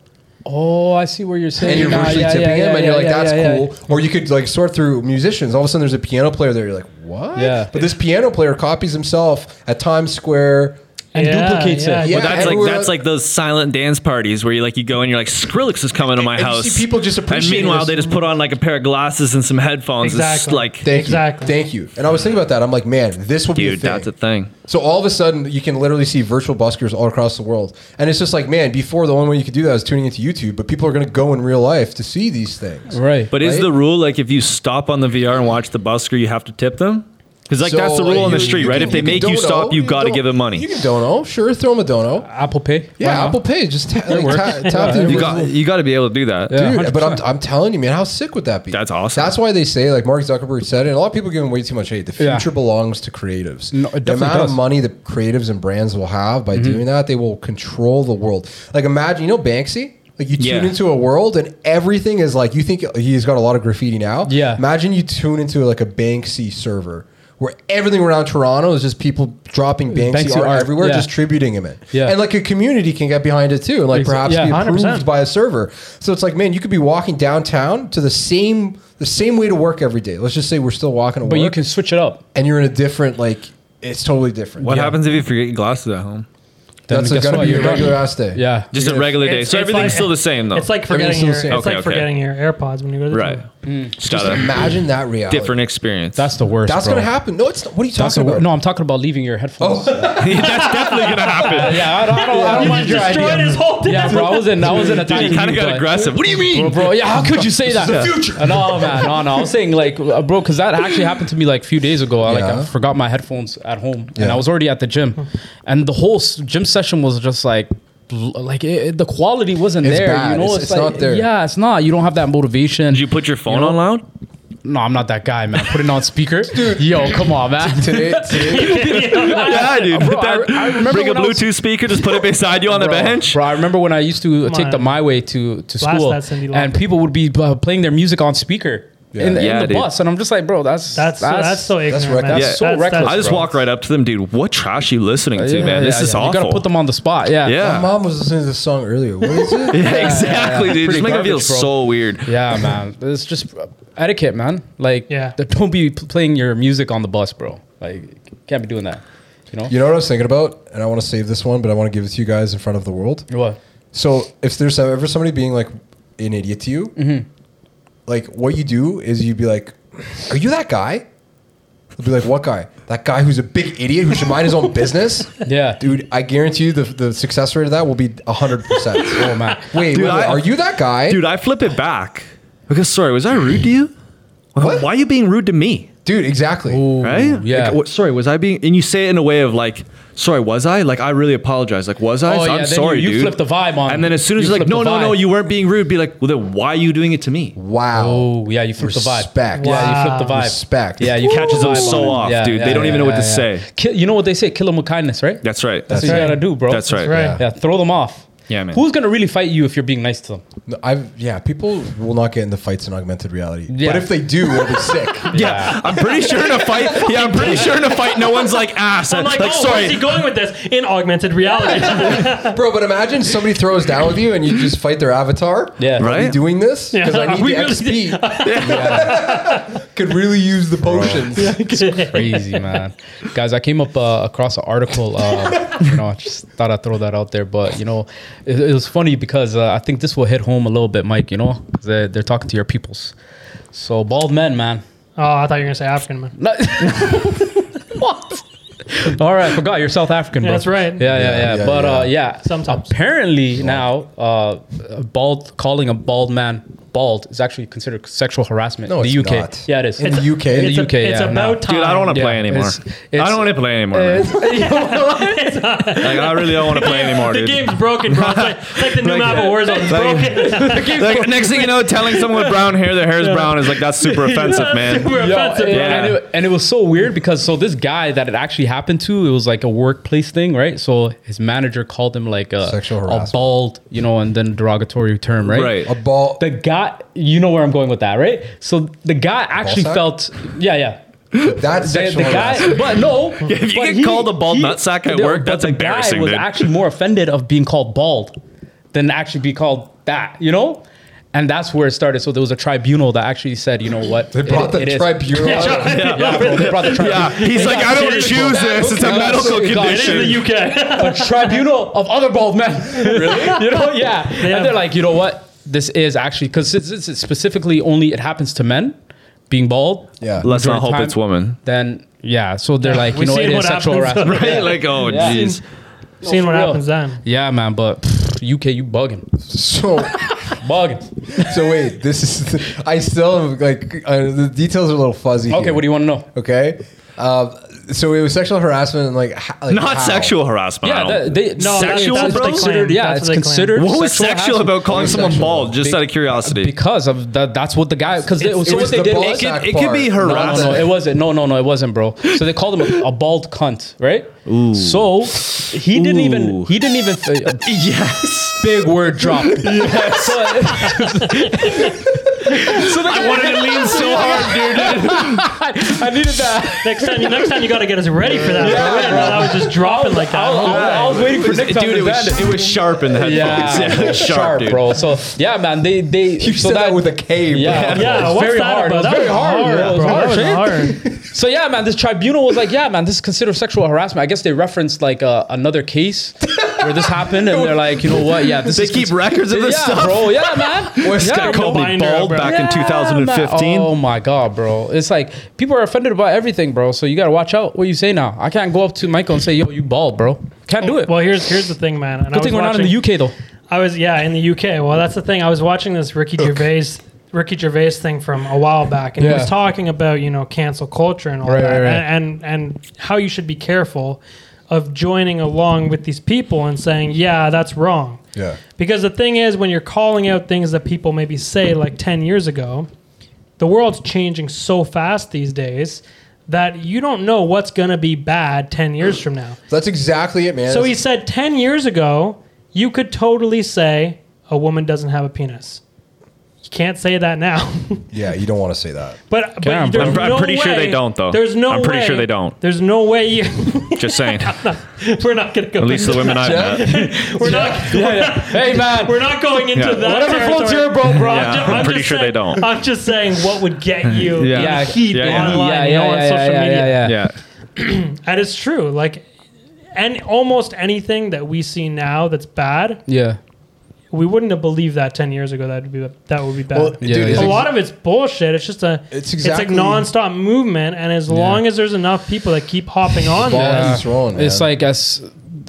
A: oh, I see where you're saying.
B: And you're
A: now.
B: virtually
A: Yeah,
B: tipping
A: yeah,
B: him,
A: yeah,
B: and you're like,
A: yeah,
B: "That's
A: yeah, yeah.
B: cool." Or you could like sort through musicians. All of a sudden, there's a piano player there. You're like, "What?"
A: Yeah.
B: But this piano player copies himself at Times Square.
A: And
C: Yeah,
A: duplicates
C: yeah.
A: it.
B: Yeah,
D: But that's
B: and
D: like
B: we're-
D: that's like those silent dance parties where you like you go and you're like Skrillex is coming to my
B: And you
D: house.
B: see people just
D: And
B: appreciating
D: meanwhile,
B: this.
D: they just put on like a pair of glasses and some headphones. It's
C: Exactly.
D: like,
B: Thank
C: Exactly.
B: you. Thank you. And I was thinking about that. I'm like, man, this will be a
D: dude,
B: thing.
D: that's a thing.
B: So all of a sudden, you can literally see virtual buskers all across the world, and it's just like, man, before the only way you could do that was tuning into YouTube, but people are going to go in real life to see these things.
A: Right.
D: But is
B: Right?
D: the rule like if you stop on the VR and watch the busker, you have to tip them? Because like that's the
B: So uh,
D: rule on the
B: you-
D: street,
B: you
D: right?
B: can-
D: if they
B: can
D: make you
B: dono,
D: stop, you got to
B: don-
D: give them
B: You
D: money.
B: can dono, sure, throw them a dono.
A: Apple Pay.
B: Yeah,
A: Why not?
B: Apple Pay, just ta- like,
A: works.
B: ta- tap the
D: You
B: original-
D: got you got to be able to do that.
A: Yeah.
B: Dude, but
A: 100%.
B: I'm, I'm telling you, man, how sick would that be?
D: That's awesome.
B: That's why they say, like Mark Zuckerberg said, it, and a lot of people give him way too much hate. The
A: Yeah.
B: future belongs to creatives.
A: No, it
B: the
A: definitely does.
B: amount
A: Mm-hmm.
B: of money that creatives and brands will have by doing that, they will control the world. Like imagine, you know, Banksy. Like you tune
D: Yeah.
B: into a world and everything is like you think he's got a lot of graffiti now.
A: Yeah.
B: Imagine you tune into like a Banksy server where everything around Toronto is just people dropping Banksy,
A: Banksy
B: art,
A: art,
B: everywhere,
A: yeah.
B: just tributing him it.
A: Yeah.
B: And like a community can get behind it too. And like
A: Exa-
B: perhaps
A: yeah,
B: be approved
C: 100%.
B: by a server. So it's like, man, you could be walking downtown to the same the same way to work every day. Let's just say we're still walking to
A: But
B: work,
A: you can switch it up.
B: and you're in a different like it's totally different.
D: What
A: Yeah.
D: happens if you forget your glasses at home?
A: Then
B: That's
A: guess
B: gonna
A: what?
B: be
A: You're
B: your
A: done.
B: regular ass day.
A: Yeah.
D: Just a
B: Yeah.
D: regular day.
C: It's-
D: So
C: it's
D: everything's
C: like-
D: still the same though.
C: It's like
B: Everything's
C: forgetting
B: still
C: your.
B: the
C: It's
B: same.
C: like
D: Okay, okay.
C: forgetting your AirPods when you go to the
D: Right.
C: gym.
B: Just
D: Gotta-
B: imagine that reality.
D: different experience.
A: That's the worst.
B: That's
A: bro.
B: gonna happen. No, it's not. What are you
A: That's the
B: talking
A: wor-
B: about?
A: No, I'm talking about leaving your headphones.
B: Oh.
D: that's definitely gonna happen.
A: Yeah, I don't, I don't, I don't mind your
C: Oh, Destroyed
A: idea.
C: his whole day.
A: Yeah, bro, I was in, I was in a
D: Dude,
A: tiny
D: you kind of
A: group,
D: got
A: but-
D: aggressive. What do you mean?
A: Bro, bro, yeah, how could you say that? Uh, No, man, no, no. I was saying like, uh, bro, because that actually happened to me like a few days ago. I, Like,
B: Yeah.
A: I forgot my headphones at home, and
B: Yeah.
A: I was already at the gym, and the whole s- gym session was just like. l- Like it, it- the quality wasn't
B: It's
A: there,
B: bad.
A: you know.
B: It's- it's
A: like,
B: not there.
A: Yeah, it's not. You don't have that motivation.
D: Did you put your phone
A: know-
D: on loud?
A: no, I'm not that guy, man. Put it on speaker, Yo, come on, man.
B: Today, today,
D: Yeah, dude.
A: bro, I- I remember
D: bring a
A: when I was-
D: Bluetooth speaker, just put it beside you on the
A: bro,
D: bench.
A: Bro, I remember when I used to take the
C: on.
A: my way to to
C: Blast
A: school,
C: that Cyndi Lauper.
A: and people would be uh, playing their music on speaker in the, in
D: Yeah,
A: the
D: dude.
A: bus, and I'm just like, bro, that's
C: That's, that's so ignorant.
B: reckless.
C: man.
B: Yeah.
A: So reckless,
D: I just
A: bro.
D: walk right up to them, dude. What trash you listening to,
A: Yeah,
D: man? This
A: yeah,
D: is
A: yeah.
D: awful.
A: You gotta put them on the spot. Yeah,
B: my
D: Yeah.
B: mom was listening to this song earlier. What is it?
D: Yeah, exactly,
A: yeah.
D: dude.
A: Pretty
D: Just make it feel
A: garbage, bro.
D: so weird.
A: yeah, man. It's just etiquette, man. Like,
C: Yeah.
A: th- don't be p- playing your music on the bus, bro. Like, can't be doing that. You know.
B: You know what I was thinking about, and I want to save this one, but I want to give it to you guys in front of the world.
A: What?
B: So if there's ever somebody being like an idiot to you,
A: Mm-hmm.
B: like what you do is you'd be like, "Are you that guy?" I'd be like, "What guy? That guy who's a big idiot who should mind his own business."
A: Yeah.
B: dude, I guarantee you the the success rate of that will be hundred percent.
A: Oh man.
B: Wait,
D: Dude,
B: wait,
D: I-
B: are you that guy, dude?
D: Dude, I flip it back. Because sorry, was I rude to you?
B: What?
D: Why are you being rude to me?
B: exactly.
A: Oh.
D: Right?
A: yeah.
D: Like, what, sorry, was I being? And you say it in a way of like, sorry, was I? Like, I really apologize. Like, was I?
A: Oh, yeah,
D: I'm
A: then
D: sorry,
A: you- you
D: dude.
A: flip the vibe on-
D: And then as soon
A: you
D: as you're like,
A: flip
D: no,
A: the
D: no, no,
A: vibe.
D: you weren't being rude. Be like, well, then why are you doing it to me?
B: Wow.
A: Oh yeah, you flipped the vibe.
B: Respect.
A: Yeah, you flipped the
C: Wow.
A: vibe.
B: Respect.
A: Yeah, you
D: Catches
A: flipped the
D: them
A: vibe
D: so
A: on it.
D: off, dude. They don't even know what to say.
A: Kill, you know what they say? Kill them with kindness, right?
D: That's right.
A: That's,
D: That's,
A: what
C: right.
A: you gotta do, bro.
D: right.
C: That's right.
B: Yeah.
A: Yeah, throw them off.
D: Yeah, man.
A: Who's gonna really fight you if you're being nice to them?
B: No, I've yeah, people will not get into fights in augmented reality.
A: Yeah.
B: But if they do, it'll be sick.
D: Yeah, I'm pretty sure in a fight. Yeah, I'm pretty sure in a fight, no one's like ass.
C: I'm like,
D: like,
C: oh, where's he
D: sorry.
C: going with this? In augmented reality.
B: Bro, but imagine somebody throws down with you and you just fight their avatar.
A: Yeah.
B: Are we
D: Right?
B: doing this? Because
C: Yeah.
B: I need
C: We
B: the
C: really
B: XP. Yeah. Could really use the potions.
A: Crazy man, guys. I came up uh, across an article. Uh, you know, I just thought I'd throw that out there. But you know, it, it was funny because uh, I think this will hit home a little bit, Mike. You know, 'cause they're, they're talking to your peoples. So bald men, man.
C: Oh, I thought you were gonna say African man.
A: No- what? All right, I forgot you're South African, bro.
C: Yeah, that's right.
A: Yeah, yeah, yeah.
B: Yeah, yeah,
A: but uh,
B: yeah.
A: yeah,
C: Sometimes.
A: apparently now, uh, a bald calling a bald man bald is actually considered sexual harassment
B: No,
A: in
B: it's
A: the UK.
B: not.
A: Yeah, it is.
B: In the UK?
A: In
C: It's,
A: the UK,
C: it's
A: yeah,
C: about time.
D: Dude, I don't want to
A: Yeah,
D: play anymore.
A: it's- it's- uh,
D: I don't want to play anymore. man. Like, I really don't want to play anymore,
C: the
D: dude.
C: game's broken, bro. It's like, it's like the new
D: Like-
C: map of Warzone. It's
D: like-
C: broken. The game's
D: Like, next thing you know, telling someone with brown hair their hair's brown is like that's super offensive, man.
C: super
A: Yo,
C: offensive,
A: and,
C: bro.
D: yeah.
A: and it, and it was so weird because so this guy that it actually happened to, it was like a workplace thing, right? So his manager called him like a,
B: Sexual
A: a
B: harassment.
A: bald, you know, and then derogatory term, right?
D: Right.
B: A ball.
A: The guy, you know where I'm going with that, right? So the guy actually
B: sack?
A: felt, yeah, yeah. The,
B: that's sexual
A: the guy,
B: harassment.
A: but no.
D: If you
A: but
D: get called a bald nutsack at
A: no,
D: work,
A: but
D: that's
A: the
D: embarrassing,
A: guy was
D: dude.
A: actually more offended of being called bald than actually be called that, you know? And that's where it started. So there was a tribunal that actually said, you know what?
B: They brought the
A: is-
B: tribunal.
A: Yeah, bro, they brought the tribunal.
D: Yeah, he's like, I don't choose this. It's a medical
A: It is
C: It is
D: condition.
C: the UK.
A: a tribunal of other bald men. Really? you know, yeah.
C: have-
A: And they're like, you know what? This is actually because it's, it's specifically only it happens to men being bald.
B: Yeah.
D: Let's not
A: During
D: hope
A: time,
D: it's woman.
A: Then yeah, so they're like, you
C: we've
A: know,
C: seen
A: it is
C: what
A: sexual
C: happens.
A: harassment.
D: Right? Like, oh
A: Yeah.
D: jeez.
C: Seeing what
A: for real.
C: happens then.
A: Yeah, man, but pff, UK, you bugging,
B: So,
A: bugging.
B: so wait, this is. I still am like. Uh, the details are a little fuzzy.
A: Okay, what do you want to know?
B: you. Okay. Um, so it was sexual harassment and like. ho- like
D: Not
B: how?
D: sexual harassment. I
A: Yeah,
D: don't-
A: that, they,
C: No, that-
D: Sexual,
A: it's
D: bro?
A: considered. Yeah,
C: That's
A: it's
C: what they claim.
A: consideral.
D: What was sexual about calling
B: What was
D: someone
B: sexual?
D: bald? Just out of curiosity.
A: Because of that, that's what the guy. Because
C: It's-
A: so
B: It
A: what
B: was
A: they
B: the
A: did.
B: ball
A: it-
B: sack
D: it could
B: part,
D: be
A: No,
B: not
D: harassment.
B: the-
A: no, no, it wasn't. No, no, no, it wasn't, bro. So they called him a, a bald cunt, right? So he didn't even.
D: Ooh.
A: He didn't even. uh, A
D: Yes.
A: big word drop. So,
D: I wanted to lean so hard, dude.
A: I needed that.
C: Next time, next time you got to get us ready for that. bro. We didn't know that was just dropping like
A: I was,
C: that.
A: I was waiting for Nick to
D: Oh, Dude, it was,
A: understand
D: it
A: it.
D: was sharp in the headphones.
A: Yeah,
D: Yeah, it was sharp, dude.
A: bro. So yeah, man, they they
B: You
A: so
B: said that, with a K, bro.
A: yeah, it
C: Yeah,
A: was
C: what's
A: very
C: that
A: hard.
C: about?
A: It was
C: That
A: very
C: was
A: hard.
C: hard,
A: bro. It was
C: bro. That
A: hard
C: was
A: shit.
C: hard.
A: So yeah, man, this tribunal was like, yeah, man, this is considered sexual harassment. I guess they referenced like uh, another case where this happened, and they're like, you know what? Yeah, this
D: They
A: is
D: keep records of this
A: yeah,
D: stuff?
A: bro. Yeah, man.
D: This guy
A: yeah,
D: called me
C: binder,
D: bald
C: bro.
D: back in
A: Yeah, man.
D: 2015.
A: Oh my god, bro! It's like people are offended about everything, bro. So you gotta watch out what you say now. I can't go up to Michael and say, "Yo, you bald, bro." Can't do it.
C: Well, here's here's the thing, man. And I
A: Good
C: was
A: thing we're not in
C: watching-
A: the UK though.
C: I was yeah in the UK. Well, that's the thing. I was watching this Ricky Gervais Ricky Gervais thing from a while back, and he
A: Yeah.
C: was talking about you know cancel culture and all
A: Right,
C: that,
A: right, right.
C: And, and and how you should be careful of joining along with these people and saying yeah that's wrong.
B: Yeah.
C: Because the thing is, when you're calling out things that people maybe say like 10 years ago, the world's changing so fast these days that you don't know what's going to be bad 10 years from now.
B: That's exactly it, man.
C: So he
B: That's-
C: said 10 years ago, you could totally say a woman doesn't have a penis. You can't say that now.
B: yeah, you don't want to say that.
C: but, but
A: Damn, bro.
C: there's
D: I'm- I'm
C: no
D: pretty sure they
C: way-
D: don't, though.
C: There's no
D: I'm pretty
C: way-
D: sure they don't.
C: There's no way you.
D: Just saying.
C: we're not going to go
D: At least the
C: into
D: women I've
B: Yeah.
D: met.
C: that. We're not.
A: Hey, man.
C: We're not going into
D: Yeah.
C: that.
A: Whatever floats
C: territory.
A: your boat, bro.
D: Yeah.
C: ju-
D: I'm pretty
C: just
D: sure they
C: saying-
D: don't.
C: I'm just saying what would get you yeah.
D: Yeah. Yeah.
C: heat
D: Yeah, yeah.
C: online, you know, on social media.
D: Yeah.
C: And it's true. Like, and almost anything that we see now that's bad,
A: Yeah.
C: we wouldn't have believed that ten years ago. That would be that would be bad.
B: Well,
A: Yeah,
B: dude, it's
A: yeah.
C: a
B: ex-
C: lot of it's bullshit. It's just a
B: It's
C: it's,
B: exactly-
C: a nonstop movement, and as long as there's enough people that keep hopping on
B: Ball
C: there,
B: is just rolling,
A: It's
B: man.
A: like as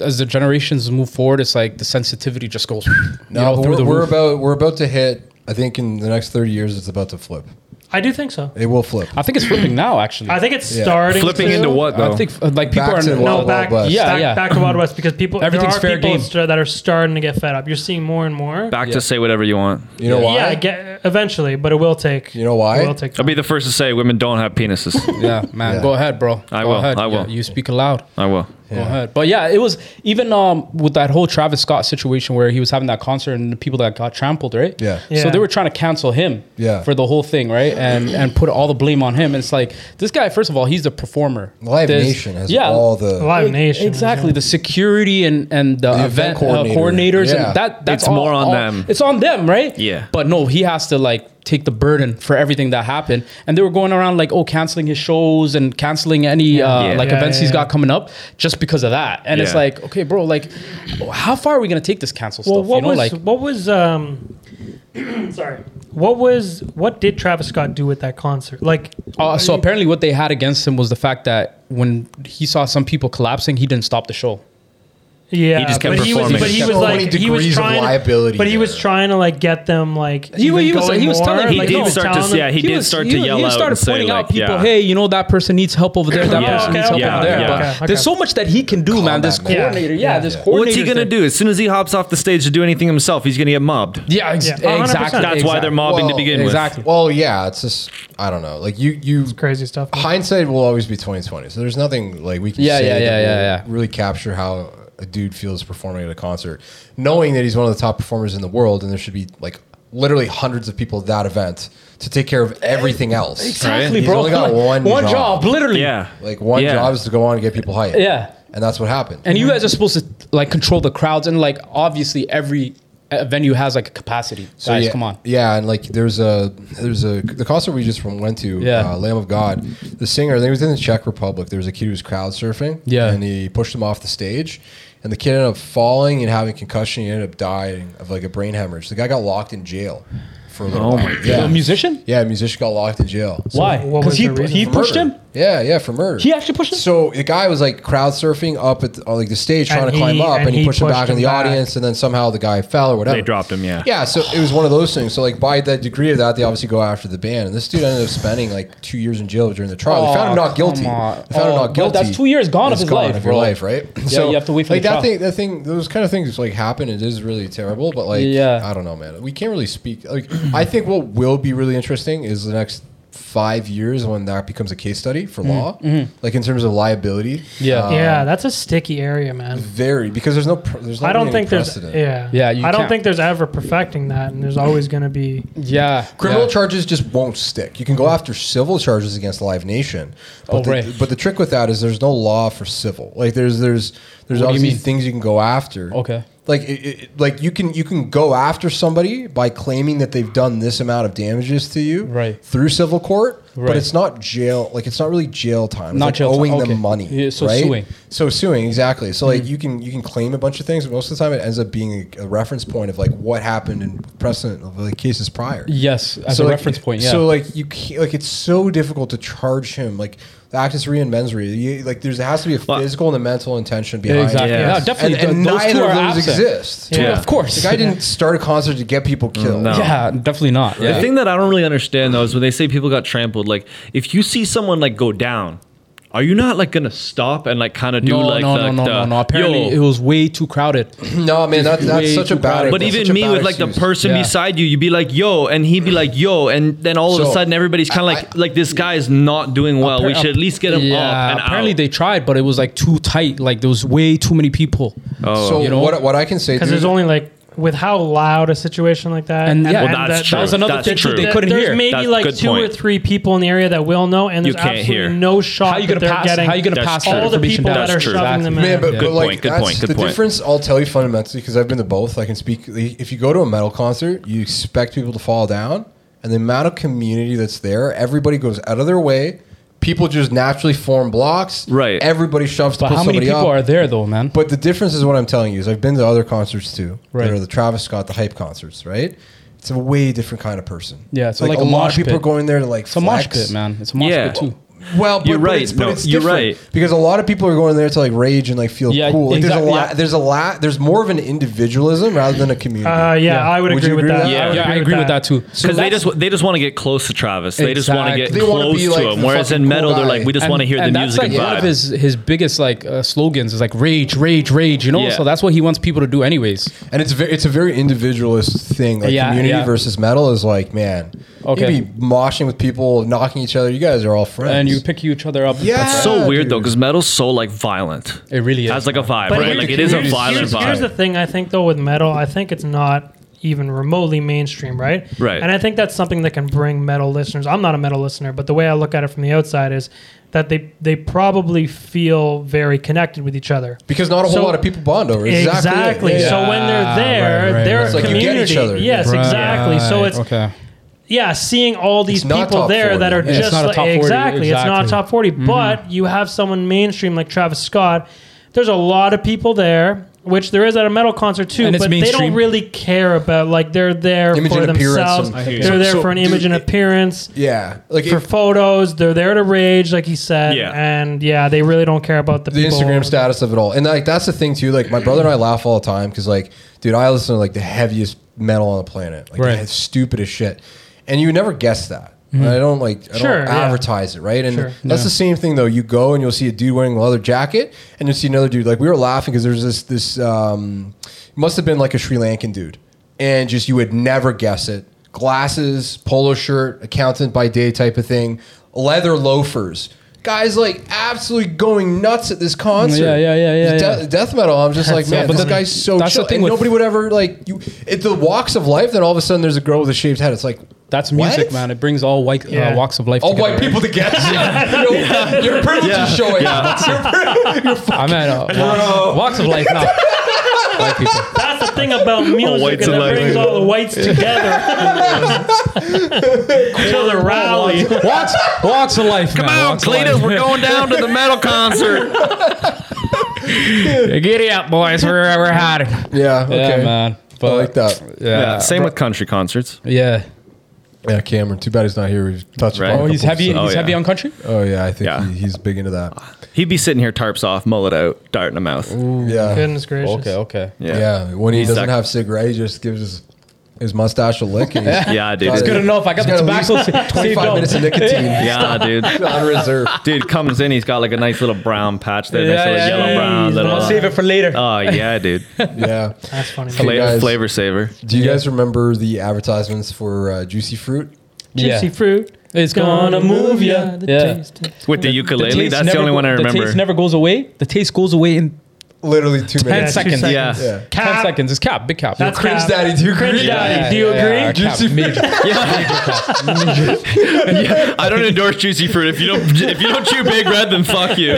A: as the generations move forward, it's like the sensitivity just goes you
B: no,
A: know,
B: but
A: through
B: we're,
A: the
B: we're
A: roof.
B: about we're about to hit. I think in the next thirty years, it's about to flip.
C: I do think so.
B: It will flip.
A: I think it's flipping now, actually.
C: I think it's
B: Yeah.
C: starting
D: Flipping
C: to-
D: into what though?
A: I think uh, like people
B: Back
A: are no,
B: to Wild
C: No,
B: Wild
C: back,
B: West.
A: Yeah,
C: back,
A: yeah.
C: back to Wild West because people
A: Everything's
C: there
A: fair
C: are people
A: game.
C: st- that are starting to get fed up. You're seeing more and more.
D: Back to say whatever you want.
B: You know why?
C: Yeah, get, eventually, but it will take.
B: You know why?
C: It will take.
D: I'll be the first to say women don't have penises.
A: Yeah, man,
B: Yeah.
A: go ahead, bro.
D: I
A: Go
D: will,
A: ahead.
D: I will.
A: Yeah, you speak aloud.
D: I will.
A: Go ahead. But yeah, it was even um, with that whole Travis Scott situation where he was having that concert and the people that got trampled, right?
B: Yeah.
A: So
C: Yeah.
A: they were trying to cancel him
B: Yeah.
A: for the whole thing, right? And and put all the blame on him. It's like this guy, first of all, he's a performer.
B: Live
A: There's-
B: Nation has all the.
C: Live Nation.
A: Exactly, the security and and the,
B: event
A: event, uh,
B: coordinator.
A: coordinators
B: Yeah.
A: and that that's
D: It's
A: all-
D: more on
A: all-
D: them.
A: It's on them, right?
D: Yeah.
A: But no, he has to like take the burden for everything that happened. And they were going around like, oh, canceling his shows and canceling any uh,
D: Yeah.
A: like
C: Yeah,
A: events
C: yeah,
A: he's
C: yeah.
A: got coming up just because of that. And it's
D: Yeah.
A: like, okay, bro, like, how far are we gonna take this cancel
C: Well,
A: stuff?
C: what
A: you know,
C: was
A: like,
C: what was um, sorry, what was what did Travis Scott do with that concert? Like,
A: uh, so apparently, what they had against him was the fact that when he saw some people collapsing, he didn't stop the show.
C: yeah,
D: He just kept
C: but he was,
D: performing.
C: but he
B: So
C: was
B: many
C: like he was
B: degrees of
C: trying,
B: liability
C: but he was
B: there.
C: trying to like get them like
A: He-
C: even
A: he was-
C: going
A: he was
C: more,
A: telling-
D: He
A: Like,
D: did
A: no,
D: start to
C: telling them-
D: yeah, Uh, he, did
A: was-
D: start
A: he-
D: to
A: he
D: yell out
A: started
D: and say,
A: pointing
D: like,
A: out people,
D: yeah.
A: hey, you know that person needs help over there. That
C: Yeah,
A: person
C: okay,
A: needs help
C: okay,
A: over
D: okay,
A: there.
D: yeah.
A: but
C: okay,
A: there's
C: okay.
A: so much that he can do, man. This
B: Combat, man.
A: coordinator, yeah,
C: Yeah.
A: this
B: Yeah.
A: coordinator.
D: What's he gonna do? As soon as he hops off the stage to do anything himself, he's gonna get mobbed.
A: Yeah, ex-
C: Yeah.
A: exactly.
C: 100%.
D: That's why they're mobbing to
B: Well,
D: begin
A: Exactly.
B: Well, yeah, it's just I don't know. Like you, you
C: crazy stuff.
B: hindsight will always be twenty twenty. So there's nothing like we can
A: Yeah,
B: say
A: yeah,
B: that
A: yeah, yeah,
B: will
A: yeah.
B: really capture how a dude feels performing at a concert, knowing that he's one of the top performers in the world, and there should be like literally hundreds of people at that event to take care of everything else.
A: Exactly,
B: He's
A: bro.
B: only got one job.
A: job,
D: with.
A: literally.
D: Yeah.
B: Like one
D: Yeah.
B: job is to go on and get people hyped.
A: Yeah.
B: and that's what happened.
A: And you guys are supposed to like control the crowds, and like obviously every uh, venue has like a capacity.
B: So,
A: guys,
B: yeah,
A: come on.
B: Yeah, and like there's a there's a the concert we just went to,
A: Yeah.
B: uh, Lamb of God. The singer, I think it was in the Czech Republic. There was a kid who was crowd surfing.
A: Yeah.
B: and he pushed him off the stage, and the kid ended up falling and having concussion. He ended up dying of like a brain hemorrhage. The guy got locked in jail for a little.
D: Oh
B: while.
D: my
A: A
B: yeah.
A: musician?
B: yeah, a musician got locked in jail. So-
A: Why?
C: what
A: Because
C: was
A: he
C: the reason
A: he
C: for
A: pushed
B: Murder.
A: him.
B: Yeah, yeah, for murder.
A: He actually pushed him?
B: So the guy was like crowd surfing up at the, on, like the stage
C: And
B: trying to
C: he-
B: climb up, and,
C: and
B: he
C: he
B: pushed him
C: pushed
B: back in
C: him
B: the
C: back.
B: audience, and then somehow the guy fell or whatever.
D: They dropped him, yeah.
B: Yeah, so it was one of those things. So like by that degree of that, they obviously go after the band, and this dude ended up spending like two years in jail during the trial.
A: Oh,
B: they found him
A: come
B: not guilty. They
A: on.
B: found
A: Oh,
B: him
A: but
B: not guilty.
A: that's two years gone of
B: It's
A: his life,
B: of your
A: bro.
B: life, right? Yeah,
A: you have to wait for
B: like
A: the
B: that
A: trial.
B: thing. That thing, those kind of things like happen. It is really terrible, but like,
A: Yeah.
B: I don't know, man. We can't really speak. Like, I think what will be really interesting is the next five years when that becomes a case study for law, like in terms of liability. Uh,
A: Yeah.
C: Mm-hmm. yeah, that's a sticky area, man.
B: very because there's no pr- there's not
C: I don't
B: really
C: think
B: any
C: there's
B: precedent.
C: yeah
A: Yeah, you
C: I don't
A: can't-
C: think there's ever perfecting that, and there's always going to be
A: Yeah.
B: Criminal
A: yeah.
B: charges just won't stick. You can go after civil charges against Live Nation, but,
A: Oh,
B: the,
A: right.
B: but the trick with that is there's no law for civil. Like there's there's
A: What do
B: there's
A: you
B: obviously
A: mean?
B: things you can go after.
A: Okay.
B: Like it, it, like you can you can go after somebody by claiming that they've done this amount of damages to you
A: Right.
B: through civil court,
A: Right.
B: but it's not jail. Like it's not really jail time. It's
A: Not
B: like
A: jail time,
B: owing
A: okay.
B: them money.
A: Yeah, so
B: right?
A: suing. Hmm.
B: So suing exactly. So like you can you can claim a bunch of things, but most of the time it ends up being a, a reference point of like what happened in precedent of like cases prior.
A: Yes, as a
B: like,
A: reference point. Yeah.
B: So like you can't, like it's so difficult to charge him like the actus re and mens rea. You, like there's there has to be a
D: Well-
B: physical and a mental intention behind.
A: exactly.
B: It.
D: Yes.
A: No, definitely.
B: And, and
A: th- those two
B: neither
A: are
B: of those
A: absent.
B: exist.
A: Two-
D: Yeah.
A: Of course.
B: The guy didn't start a concert to get people killed.
D: no.
A: Yeah, definitely not.
D: The
A: Yeah.
D: thing that I don't really understand though is when they say people got trampled, like if you see someone like go down, are you not like gonna stop and like kind of do
A: No,
D: like
A: no,
D: the,
A: no, no,
D: the-
A: no, no. Apparently,
D: yo,
A: it was way too crowded.
B: No, man, that, that's
A: way
B: such a
A: too
B: bad.
A: crowded.
D: But
B: that's such
D: even
B: a
D: me
B: bad
D: with like the
B: excuse.
D: person
A: Yeah.
D: beside you, you'd be like, yo, and he'd be like, yo, and then all of a
B: So,
D: sudden everybody's kind of
B: I-
D: like, like this guy is not doing well. we should at least get him
A: yeah,
D: up. And
A: apparently
D: out.
A: they tried, but it was like too tight. Like there was way too many people.
D: Oh.
B: So
A: You know?
B: what what I can say
C: because
B: dude,
C: there's only like with how loud a situation like that
A: And yeah,
D: Well, that's
A: that, was
D: true.
A: another
D: That's
A: thing too,
D: true.
A: they
D: That-
A: couldn't
C: there's
A: hear.
C: maybe
D: That's
C: like
D: good
C: two or
D: point.
C: three people in the area that will know, and
D: You
C: there's
D: can't
C: absolutely
D: hear.
C: no shot.
A: how you
C: that
A: gonna
C: they're
A: pass?
C: Getting
A: How you gonna
D: That's
A: pass
D: true.
A: that
C: all the
A: information
C: people
A: down?
C: that are
D: That's true.
C: shoving them in?
B: Man, but,
A: Yeah.
B: but
D: Good
B: like
D: point, good
B: that's
D: point, good
B: the
D: point.
B: difference. I'll tell you fundamentally because I've been to both. I can speak. If you go to a metal concert, you expect people to fall down, and the amount of community that's there, everybody goes out of their way. People just naturally form blocks.
D: Right.
B: Everybody shoves to
A: But
B: pull
A: how many
B: somebody
A: people
B: up.
A: are there though, man?
B: But the difference is what I'm telling you is I've been to other concerts too.
A: Right.
B: That are the Travis Scott, the hype concerts, right? It's a way different kind of person.
A: Yeah, it's like a
B: a, lot
A: mosh
B: of people
A: pit.
B: are going there to like
A: it's a mosh
B: flex.
A: pit, man. It's a mosh
D: Yeah.
A: pit too.
B: Well, but,
D: You're
B: but
D: right.
B: it's, but
D: No,
B: it's
D: you're
B: different
D: right.
B: because a lot of people are going there to like rage and like feel
A: Yeah,
B: cool. Like,
A: exactly,
B: there's a lot.
A: yeah.
B: There's a lot. There's more of an individualism rather than a community.
C: Uh, yeah, I would, agree, with that.
D: Yeah,
C: would
A: Yeah, I agree with that too.
D: Because they
B: that's-
D: just they just want to get close to Travis. They just want to get
A: Exactly.
B: They wanna
D: close
B: be
D: to
B: like
D: him.
B: the
D: Whereas in
B: fucking
D: metal,
B: cool
D: they're like,
B: guy.
D: we just
A: And-
D: want to hear the
A: and that's
D: music
A: like
D: and
A: one
D: vibe.
A: of his his biggest like uh, slogans is like rage, rage, rage. You know,
D: Yeah.
A: so that's what he wants people to do, anyways.
B: and it's very, it's a very individualist thing. Like
A: Yeah,
B: community
A: yeah.
B: versus metal is like, man,
A: Okay.
B: you'd be moshing with people, knocking each other. You guys are all friends.
A: And you pick each other up. and stuff,
B: Yeah.
D: It's
A: right?
C: Ah,
D: so weird though,
B: dude.
D: because metal's so like violent.
A: It really is.
D: has like a vibe, right?
C: here's-
D: Like it is a
C: here's-
D: violent
C: here's, Here's the
D: vibe.
C: thing I think though with metal, I think it's not even remotely mainstream, right?
D: Right.
C: And I think that's something that can bring metal listeners. I'm not a metal listener, but the way I look at it from the outside is that they they probably feel very connected with each other.
B: because not a whole
C: So-
B: lot of people bond over it.
C: Exactly.
B: exactly. it. Yeah,
C: So
B: yeah.
C: when
A: Yeah,
C: they're there,
A: right, right,
C: they're
A: right.
C: a
A: It's like
B: you get each
C: community.
B: other.
C: Yes,
A: Right.
C: exactly. So it's
A: okay.
C: yeah, seeing all these
B: It's not
C: people
B: top
C: there
B: 40.
C: that are
B: Yeah, it's
C: just
A: not a
C: like,
A: top 40,
C: exactly, it's not
A: exactly.
C: a top 40
B: Mm-hmm.
C: But you have someone mainstream like Travis Scott. There's a lot of people there, which there is at a metal concert too.
A: And it's
C: but they
A: mainstream.
C: don't really care about like they're there
B: Image
C: for
B: and appearance
C: themselves.
B: and- I hear
C: They're
B: you.
C: there
B: So-
C: for an
B: so,
C: image and
B: dude, it-
C: appearance.
B: yeah, like
C: for
B: if
C: photos, they're there to rage, like he said,
D: Yeah.
C: and yeah, they really don't care about the,
B: the
C: people.
B: Instagram status of it all. And like that's the thing too. Like my brother and I laugh all the time because like, dude, I listen to like the heaviest metal on the planet, like
A: Right.
B: the stupid as shit, and you would never guess that. And I don't like I
C: Mm-hmm. Sure,
B: don't
C: yeah.
B: advertise it, right? And
C: Sure.
B: that's the same thing though. You go and you'll see a dude wearing a leather jacket, and you'll see another dude. Like we were laughing because there's this this um, must have been like a Sri Lankan dude, and just you would never guess it. Glasses, polo shirt, accountant by day type of thing, leather loafers. Guys like absolutely going nuts at this concert.
A: Yeah, yeah, yeah, yeah,
B: Death-
A: yeah.
B: death metal. I'm just like,
A: That's
B: man,
A: so
B: this
A: funny.
B: guy's so
A: That's the
B: chill.
A: thing
B: and
A: with-
B: nobody would ever like you. It, the walks of life. Then all of a sudden, there's a girl with a shaved head. It's like
A: That's music,
B: what?
A: man. It brings all white
C: Yeah.
A: uh, walks of life.
B: All
A: together,
B: white people together. your, your privilege is showing.
A: Right? I'm at uh, walks, walks of life now. white people.
C: That's the thing about music,
D: whites
C: and
D: alive.
C: that brings all the whites together to the rally.
A: Walks, walks of life. Come man. walks of life.
D: going down to the metal concert.
A: Giddy up, boys. We're we're hiding.
B: Yeah, okay,
A: Yeah, man.
B: I
A: But
B: like that.
A: Yeah.
D: Same with country concerts.
A: Yeah.
B: Yeah, Cameron. Too bad he's not here. We've touched.
D: Right.
B: upon a
A: Oh, he's
B: couple
A: heavy.
D: Oh,
A: he's
D: yeah.
A: heavy on country.
B: of- Oh yeah, I think
D: Yeah.
B: He, he's big into that.
D: He'd be sitting here, tarps off, mullet out, dart in the mouth.
B: Yeah,
C: Goodness gracious.
A: Okay. Okay.
D: Yeah.
B: yeah. When he
D: He's
B: doesn't
D: that-
B: have cigarette, he just gives his his mustache a lick. And he's
D: Yeah, dude.
B: It's
A: Good enough. I got
B: He's
A: the
B: got at
A: tobacco. sa-
B: Twenty
A: saved
B: five
A: up.
B: minutes of nicotine
D: Yeah, dude.
B: on reserve.
D: Dude comes in, he's got like a nice little brown patch there, nice little yellow brown little.
A: I'll save it for later.
D: Oh yeah, dude.
B: Yeah.
C: That's funny.
B: Hey,
D: Flavor,
B: guys.
D: flavor saver.
B: Do you guys remember the advertisements for uh, Juicy Fruit?
A: yeah.
C: Gypsy fruit.
A: It's gonna move ya.
C: The
A: Yeah.
C: taste of-
D: With the,
A: The
D: ukulele,
A: taste
D: that's the
A: never
D: only
A: go-
D: one I
A: The
D: remember.
A: taste never goes away. The taste goes away in
B: Literally two
A: ten
B: minutes.
C: two
A: seconds.
C: seconds.
D: yeah.
B: Yeah.
A: Ten
C: Cap.
A: seconds. It's cap. Big cap.
C: That's
B: Cringe
C: cap.
B: daddy, do you
C: Cringe
B: agree?
C: daddy.
A: Yeah,
C: do you
A: yeah, yeah,
C: agree?
A: cap, major.
D: I don't endorse juicy fruit. If you don't, if you don't chew Big Red, then fuck you.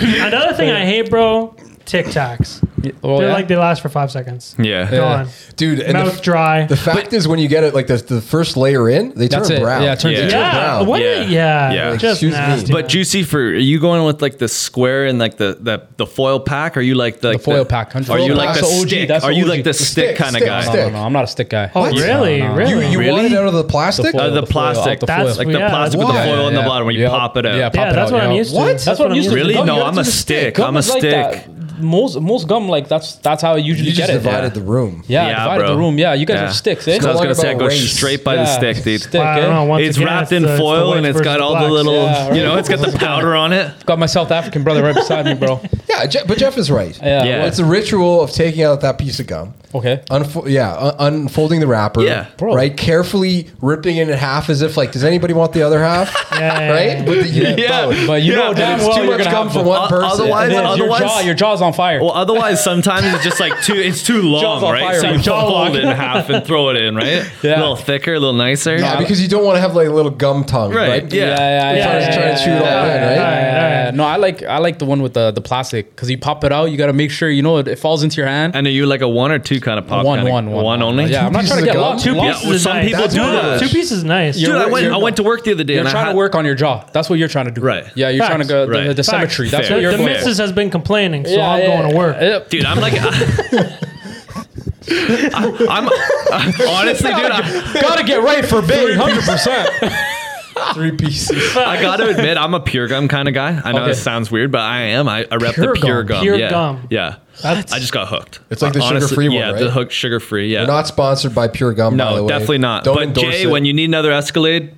C: Another thing I hate, bro, TikToks.
A: Well,
C: They're
A: Oh, yeah.
C: like they last for five seconds.
D: Yeah.
A: Yeah.
C: Gone.
B: dude. And the,
C: Mouth
B: f-
C: dry.
B: the fact is, when you get it like the, the first layer in, they turn
A: That's it.
B: brown.
A: Yeah, it turns
D: Yeah.
A: into
D: Yeah.
C: yeah.
B: brown.
C: What?
D: Yeah.
C: Yeah. yeah.
D: Yeah.
C: Just
B: Excuse me.
C: nasty.
D: But juicy for are you going with like the square and like the the, the foil pack? Are you like the,
A: The foil pack,
D: Are you
A: 100%.
D: like the
A: That's the OG,
D: stick?
A: that's
D: Are
A: the
D: you
A: OG.
D: like the
A: The
D: stick
B: stick,
D: kind of
B: stick,
D: guy?
A: No, no, no, I'm not a stick guy.
C: Oh,
A: No, no,
C: really?
A: no.
B: You,
C: Really?
B: you
D: Really?
B: want it out of the
A: The
B: plastic?
A: foil,
D: Uh, the plastic.
A: foil, out the
C: That's-
A: foil.
D: Like the
C: Yeah.
D: plastic with the
B: Why?
D: foil in the
A: Yeah.
D: bottom when you
A: Yep.
D: pop it up.
A: Yeah, pop
C: yeah,
A: it
C: that's
A: out,
C: what I'm
A: yeah.
C: used to.
B: What?
C: That's,
A: That's what I'm used to.
D: Really?
A: Gum,
D: No,
A: you gotta
D: I'm
A: do
D: a
A: the
D: stick.
A: Gum
D: I'm a
A: is like that. Most most gum like that's that's how I usually
B: you
A: get
B: just
A: it.
B: divided the room.
A: Yeah,
D: Yeah,
A: divided
D: bro.
A: the room. Yeah, you guys
D: Yeah.
A: are sticks, eh?
D: So I was
B: Talk
D: gonna say I
B: about
D: go
B: race.
D: straight by the
A: Yeah.
D: stick, dude.
A: Stick,
C: Wow, I don't
A: eh?
C: know. Once
D: It's
C: again,
D: wrapped
C: it's
D: in
C: the- it's the
D: foil and
C: whites
D: it's got
C: versus
D: all the
C: blacks.
D: little,
A: Yeah, right.
D: you know, it's got the powder on it.
A: Got my South African brother right beside me, bro.
B: Yeah, Je- but Jeff is right.
A: Yeah.
D: Yeah.
A: well,
B: It's a ritual of taking out that piece of gum.
A: Okay.
B: Unfo- yeah, un- unfolding the wrapper.
D: Yeah.
A: Bro.
B: Right? Carefully ripping it in half as if, like, does anybody want the other half?
C: Yeah,
B: Right? But the-
D: Yeah.
B: both.
A: But you
D: Yeah,
A: know
D: but
A: damn
B: it's
A: well
B: too
A: you're
B: much
A: gonna
B: gum
A: have
B: for
A: the-
B: one
D: O-
B: person.
D: otherwise-
A: It is. your
D: Otherwise-
A: jaw, your jaw's on fire.
D: Well, otherwise, sometimes it's just like too, it's too long,
A: Jaws on
D: right?
A: fire,
D: so
A: bro.
D: you
A: Jaw
D: fold
A: lock.
D: it in half and throw it in, right?
A: Yeah.
D: A little thicker, a little nicer.
B: Yeah, because you don't want to have, like, a little gum tongue. Right.
D: Right, yeah.
A: yeah, yeah, yeah,
B: Trying to-
A: yeah,
B: trying to
A: yeah,
B: chew it all
A: yeah,
B: in,
A: yeah,
B: right?
A: yeah, yeah, yeah. No, I like I like the one with the the plastic because you pop it out, you got to make sure you know it, it falls into your hand.
D: And are you like a one or two kind of pop?
A: One,
D: kinda-
A: one, one,
D: one
A: one.
D: only.
A: Yeah, I'm not
B: Two
A: trying to
B: pieces
A: get
B: of
A: locked.
C: Two
A: Too
D: Yeah,
C: pieces
D: well,
C: is
D: some
C: nice.
D: people
B: That's
D: do
B: one of those.
D: that.
C: Two pieces is nice.
D: Dude, I
A: You're-
D: went.
A: you're-
D: I went to work the other day.
A: You're
D: and I
A: trying
D: had-
A: to work on your jaw. That's what you're trying to do.
D: Right.
A: Yeah, you're
C: Facts.
A: trying to go the,
D: Right.
A: the, the symmetry. That's what
D: Fair.
C: The,
A: you're
C: the
A: going
D: miss
A: for.
C: missus has been complaining, so
A: Yeah,
C: I'm
A: yeah,
C: going to
A: yeah.
C: work.
A: Yep.
D: Dude, I'm like, I, am honestly, dude. I,
A: Gotta get right for big, hundred percent.
B: Three pieces.
D: I got to admit, I'm a pure gum kind of guy. I know
A: Okay.
D: this sounds weird, but I am. I, I rep
A: Pure
D: the pure
A: gum.
D: gum.
C: Pure
D: yeah.
C: gum.
D: Yeah.
C: That's-
D: I just got hooked.
B: It's like the
D: Honestly,
B: sugar-free one,
D: Yeah,
B: right?
D: the hook sugar free. Yeah.
B: We're not sponsored by Pure Gum, by the
D: no,
B: way.
D: definitely not.
B: Don't
D: but
B: endorse
D: Jay,
B: it.
D: when you need another Escalade,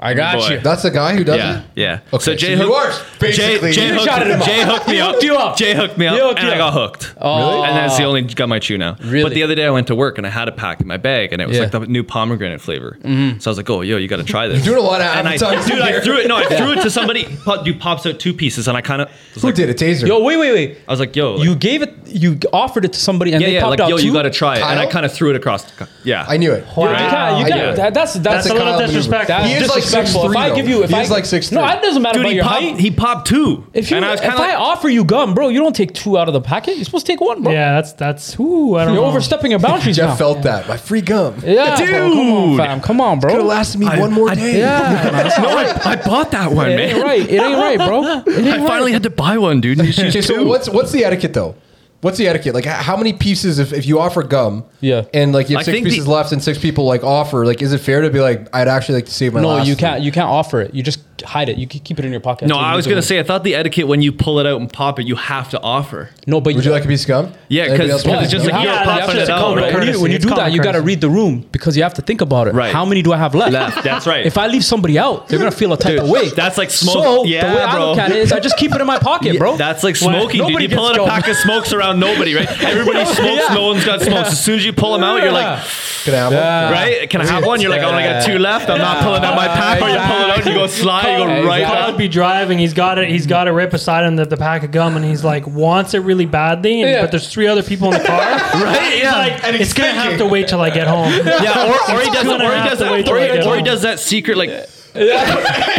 A: I got
D: Boy.
A: you.
B: That's the guy who does
D: yeah,
B: it?
D: yeah.
B: Okay,
D: so Jay
B: so you
D: hooked.
B: are basically-
D: Jay, Jay,
B: You
D: hooked,
A: shot him up.
D: Jay hooked me
A: You
D: up.
A: hooked you up.
D: Jay hooked me up,
A: You hooked
D: and
A: you
D: I
A: up.
D: got hooked.
A: Really?
D: And that's the only gum I chew now. But
A: Really?
D: the other day I went to work and I had a pack in my bag and it was
A: Yeah.
D: like the new pomegranate flavor. So I was like, oh, yo, you got to try this.
B: You're doing a lot of
D: and I,
B: advertising
D: dude, I
B: here.
D: threw it. No, I threw it to somebody. Po- Dude pops out two pieces and I kind of was
B: Who
D: like,
B: did it? Taser.
A: Yo, wait, wait, wait.
D: I was like, yo, like,
A: You gave it. You offered it to somebody, and
D: yeah,
A: they
D: yeah,
A: popped
D: like,
A: out
D: yo,
A: two.
D: you got to try it. And I
B: Kyle?
D: kind of threw it across. The, co- yeah,
B: I knew it.
A: You can't. You
B: I
A: can't.
B: do.
A: that- that's that's,
C: That's
A: a
C: a little
B: Kyle maneuver.
C: disrespectful.
A: that's
B: He is like
A: disrespectful.
B: 6'3"
A: if I
B: though.
A: give you, if
B: He
A: I
B: is like 6'3".
A: no, it doesn't matter
D: Dude,
A: about
D: he
A: your
D: popped,
A: height.
D: he popped two.
A: If you,
D: and I was
A: if
D: kind of
A: I
D: like,
A: offer you gum, bro, you don't take two out of the packet. You're supposed to take one, bro.
C: Yeah, that's that's. Ooh, I don't
A: You're
C: know.
A: overstepping your boundaries
B: Jeff
A: now.
B: felt that. My free gum. Could
A: yeah,
D: Dude.
A: bro, come on, fam, come on, bro.
B: have lasted me one more day.
A: Yeah, man.
D: no, I, I bought that one,
A: it ain't
D: man.
A: right. It ain't right, bro. It ain't
D: I finally had to buy one, dude. You should
B: Okay, so
D: too.
B: what's what's the etiquette though? What's the etiquette? Like, h- how many pieces if, if you offer gum?
A: Yeah.
B: and like you have
D: I
B: six
D: think
B: pieces
D: the-
B: left, and six people like offer. Like, is it fair to be like, I'd actually like to save my?
A: No,
B: last
A: you
B: three?
A: can't. You can't offer it. You just hide it. You can keep it in your pocket.
D: No,
A: until you
D: I was
A: need
D: gonna
A: it.
D: say I thought the etiquette when you pull it out and pop it, you have to offer.
A: No, but
B: Would you like a piece of gum?
D: Yeah,
B: Anybody
D: 'cause-
B: else
D: 'cause
B: want
D: it's
B: some
D: just
B: gum?
D: like-
A: you
D: yo,
A: have to-
D: pop
A: you have
D: it
A: to
D: out,
A: come-
D: right?
A: When you, when you
C: It's
A: do that,
C: common
A: you got to
C: courtesy.
A: read the room because you have to think about it.
D: Right.
A: How many do I have left?
D: Left, that's right.
A: If I leave somebody out, they're gonna feel a type
D: Dude,
A: of way.
D: that's like smoke-
A: So the
D: Yeah,
A: way I
D: bro.
A: look at it is, I just keep it in my pocket, bro.
D: That's like
A: When-
D: smoking, dude.
A: nobody
D: You pull out
A: gets
D: a
A: going.
D: pack of smokes around nobody, right? Everybody smokes,
A: Yeah.
D: no one's got smokes. As soon as you pull them out, you're like,
B: Can I have one?
A: Yeah.
D: right? Can I have one? You're like, "Oh, I only got two left. I'm not pulling out my pack. Or you pull it out, you go slide, you go right
C: Kyle
D: out.
C: would be driving. He's got it. He's got it right beside him. The, the pack of gum, and he's like wants it really badly. And,
A: Yeah.
C: But there's three other people in the car.
D: Right?
C: He's
D: Yeah.
C: like,
B: And he's
C: it's gonna have to
B: thinking.
C: wait till I get home.
D: Yeah, or, or he does,
C: gonna
D: or he
C: have
D: does
C: to
D: that,
C: wait till
D: or,
C: I
D: he-
C: get
D: or he
C: home.
D: does that secret like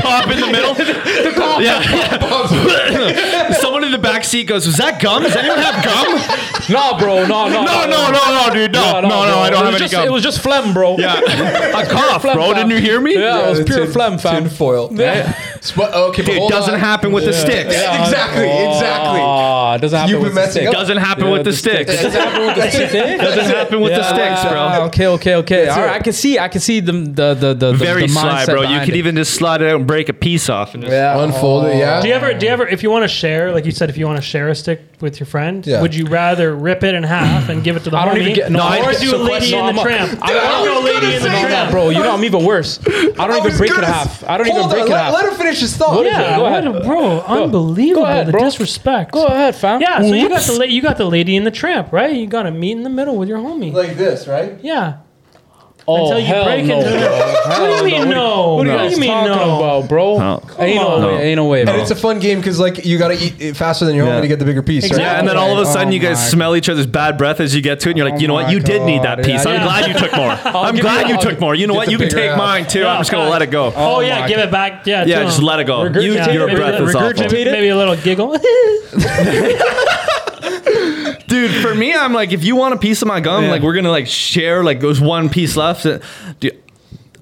D: pop in the middle. yeah. Someone in the back seat goes, "Was that gum? Does anyone have gum?"
A: No, bro. No, no.
D: No, no, no, no, dude, no, no, no, I
A: It
D: don't have
A: was
D: any
A: just-
D: gum.
A: It was just phlegm, bro.
D: yeah, I cough,
A: Phlegm,
D: bro.
A: fam.
D: Didn't you hear me?
A: Yeah, it was
B: The
A: pure
B: tin-
A: phlegm, fam.
B: Tin foil.
A: Yeah.
B: Sp- okay, but
D: It
B: hold
D: doesn't Oh.
B: on.
D: happen with the sticks.
A: Yeah.
B: Exactly, exactly.
A: Ah, it doesn't happen
B: You've been
A: with the
B: messing
A: stick.
B: up.
D: Doesn't Oh, happen
A: Yeah,
D: with the
A: the sticks.
D: sticks.
A: Doesn't happen with the stick, eh?
D: Doesn't happen with the sticks,
A: Ah,
D: bro.
A: Okay, okay, okay. All right,
B: it.
A: I can see, I can see the the the the
D: Very
A: the mindset
D: sly, bro. You
A: behind
D: could
A: it.
D: even just slide it out and break a piece off. And just,
A: yeah.
B: Unfold it. Yeah.
C: Do you ever? Do you ever? If you want to share, like you said, if you want to share a stick with your friend,
B: Yeah.
C: would you rather rip it in half and give it to the
A: I don't
C: homie,
A: even get. No,
D: No,
A: I
D: I
C: or
A: don't
D: get
C: do
A: so
C: lady
A: question- no,
C: in the
A: I'm a-
C: tramp?
A: I don't- I
C: I'd go
B: was
C: lady
B: gonna
C: in the
B: say
A: know that,
C: tramp.
A: bro. You know I'm even worse. I don't even
B: was
A: break it in
B: gonna
A: half. I don't
B: Hold
A: even break
B: on,
A: it in
B: let,
A: half.
B: let him finish his thought.
A: What is
C: Yeah,
A: Go
C: what
A: ahead.
C: a- bro, unbelievable.
A: ahead,
C: the
A: bro.
C: disrespect.
A: Go ahead, fam.
C: Yeah, so you got
A: Oops.
C: the la- you got the lady in the tramp, right? You got to meet in the middle with your homie.
B: Like this, right?
C: yeah.
A: oh,
C: until you
A: hell
C: break
A: no,
C: into-
A: bro. Hell
C: What do you mean no?
A: What are you
C: What do
A: guys
C: you mean
A: talking
C: no?
A: about, bro?
D: No.
A: Ain't no,
C: Come
A: way.
D: on.
A: Ain't no way, bro.
B: And it's a fun game because like you got to eat it faster than your
D: Yeah.
B: homie to get the bigger piece.
C: Exactly.
B: Right?
D: Yeah, and then all of a
A: Okay.
D: sudden you
A: Oh
D: guys
A: my-
D: smell each other's bad breath as you get to it, and you're like,
A: Oh
D: you know what,
A: my
D: you did need
A: God.
D: that piece.
A: Yeah,
D: I'm
A: yeah.
D: glad you took more. I'm
A: give
D: glad
A: you
D: you
A: that.
D: took more. You know what,
B: the
D: you can
B: bigger
D: take
B: ass.
D: mine too. I'm just gonna let it go.
C: Oh,
A: Oh
C: yeah,
A: my
C: give it back. Yeah,
D: Yeah,
C: to
D: just
C: him.
D: let it go. You,
A: Regurgitate
D: your
A: it,
D: breath is
A: regurgitate
D: awful.
A: it.
C: Maybe a little giggle.
D: Dude, me, I'm like, if you want a piece of my gum,
A: Yeah.
D: like we're gonna like share. Like there's one piece left. Uh, Dude,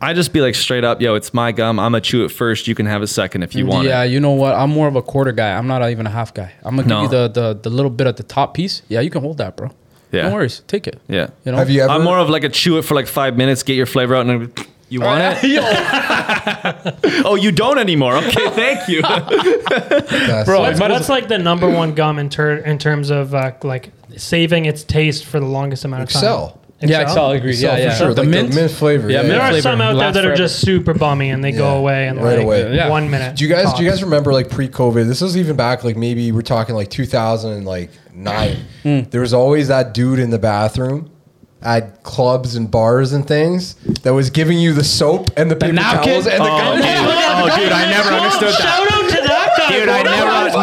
D: I just be like straight up, yo, it's my gum. I'm gonna chew it first. You can have a second if you want.
A: yeah,
D: it.
A: you know what? I'm more of a quarter guy. I'm not even a half guy. I'm gonna
D: No.
A: give you the, the the little bit at the top piece. Yeah, you can hold that, bro.
D: Yeah.
A: no worries. Take it.
D: yeah.
A: You know.
B: Have you ever?
D: I'm more of like a chew it for like five minutes, get your flavor out, and then, you want it? Oh, you don't anymore. Okay, thank you.
B: Yes.
A: bro, it might as-
C: What's like the number one gum in, ter- in terms of uh, like saving its taste for the longest amount of time?
B: Excel.
A: yeah, Excel agrees.
B: Excel
A: Yeah,
B: for
A: yeah.
B: sure.
A: The
B: Like the
A: mint,
B: mint flavor,
A: Yeah,
B: yeah,
A: mint
C: There
B: yeah.
C: are
A: flavor
C: some out there
A: lasts
C: that are
A: forever.
C: just super bummy and they
B: Yeah,
C: go away in
B: right
C: like
B: away.
A: Yeah.
C: one minute.
B: Do you guys do you
C: tops.
B: guys remember like pre-COVID? This was even back like maybe we're talking like 2009. Like nine.
A: Hmm.
B: There was always that dude in the bathroom at clubs and bars and things that was giving you the soap and the paper
A: napkin?
B: towels and the
D: Oh,
B: gum.
D: dude. Oh, dude, I never understood that.
C: Shout out to that guy.
D: Dude, I
C: bro.
D: never. No,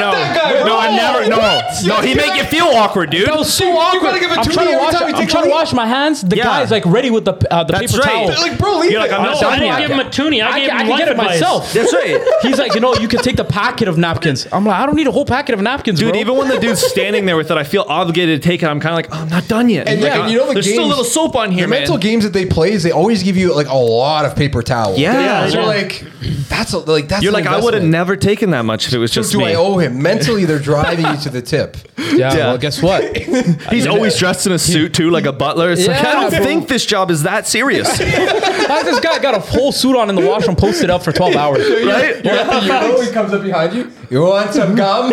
D: no, I never. No, no, he make you feel awkward, dude.
A: That was so
B: You- you
A: awkward.
B: gotta give it
A: I'm
B: to
A: trying
B: me
A: to
B: every
A: wash.
B: time you
A: I'm
B: take
A: trying to
B: money.
A: wash my hands. The
D: Yeah.
A: guy's like ready with the uh, the
D: That's
A: paper
D: right.
A: towel.
B: Like, bro, leave
D: You're
B: it.
D: like, I'm not
C: No, I
D: done
C: didn't
D: yet.
C: give him a toonie. I,
A: I, can-
C: gave him
A: I can
C: life
A: get it
C: advice.
A: myself.
D: That's right.
A: He's like, you know, you can take the packet of napkins. I'm like, I don't need a whole packet of napkins,
D: Dude,
A: bro.
D: even when the dude's standing there with it, I feel obligated to take it. I'm kind of like, oh, I'm not done yet.
B: And
D: like,
B: yeah,
D: uh,
B: and you know the
D: there's
B: games,
D: still a little soap on here,
B: The
D: man.
B: mental games that they play is they always give you like a lot of paper towels.
D: Yeah. Yeah,
B: so
C: yeah.
B: like that's a, like that's
D: You're
B: an
D: like, I would have
B: investment.
D: never taken that much if it was
B: So
D: just
B: do
D: me.
B: I owe him? Mentally, they're driving you to the tip.
A: yeah,
D: Yeah.
A: Well, guess what?
D: He's always dressed in a suit too, like a butler. It's like,
A: Yeah,
D: I don't
A: bro.
D: think this job is that serious,
A: Why this guy got a whole suit on in the washroom, posted up for 12 hours?
D: right?
B: You know he comes up behind you. You want some gum?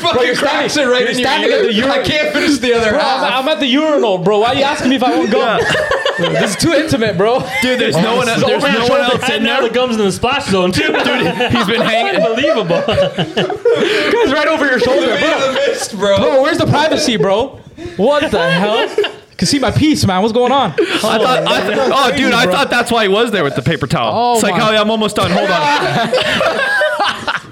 A: Bro, you're cracks standing- it right you're in your standing at ear. the urinal.
B: I can't finish the other half.
A: I'm, I'm at the urinal, bro. Why are you asking me if I want gum? This is too intimate, bro.
D: Dude, there's no one.
A: There's
D: There's
A: no
D: no
A: one
D: one
A: else
D: else in
C: And now
D: there.
C: the gum's in the splash zone too.
D: He's been hanging.
C: Unbelievable.
A: It's right over your shoulder,
B: the
A: bro.
B: mist, bro.
A: Bro, where's the privacy, bro? What the hell? Can see my piece, man. What's going on?
D: I thought, I th- oh, dude, I thought that's why he was there with the paper towel.
A: Oh
D: it's like,
A: my-
D: oh, yeah, I'm almost done. Hold on.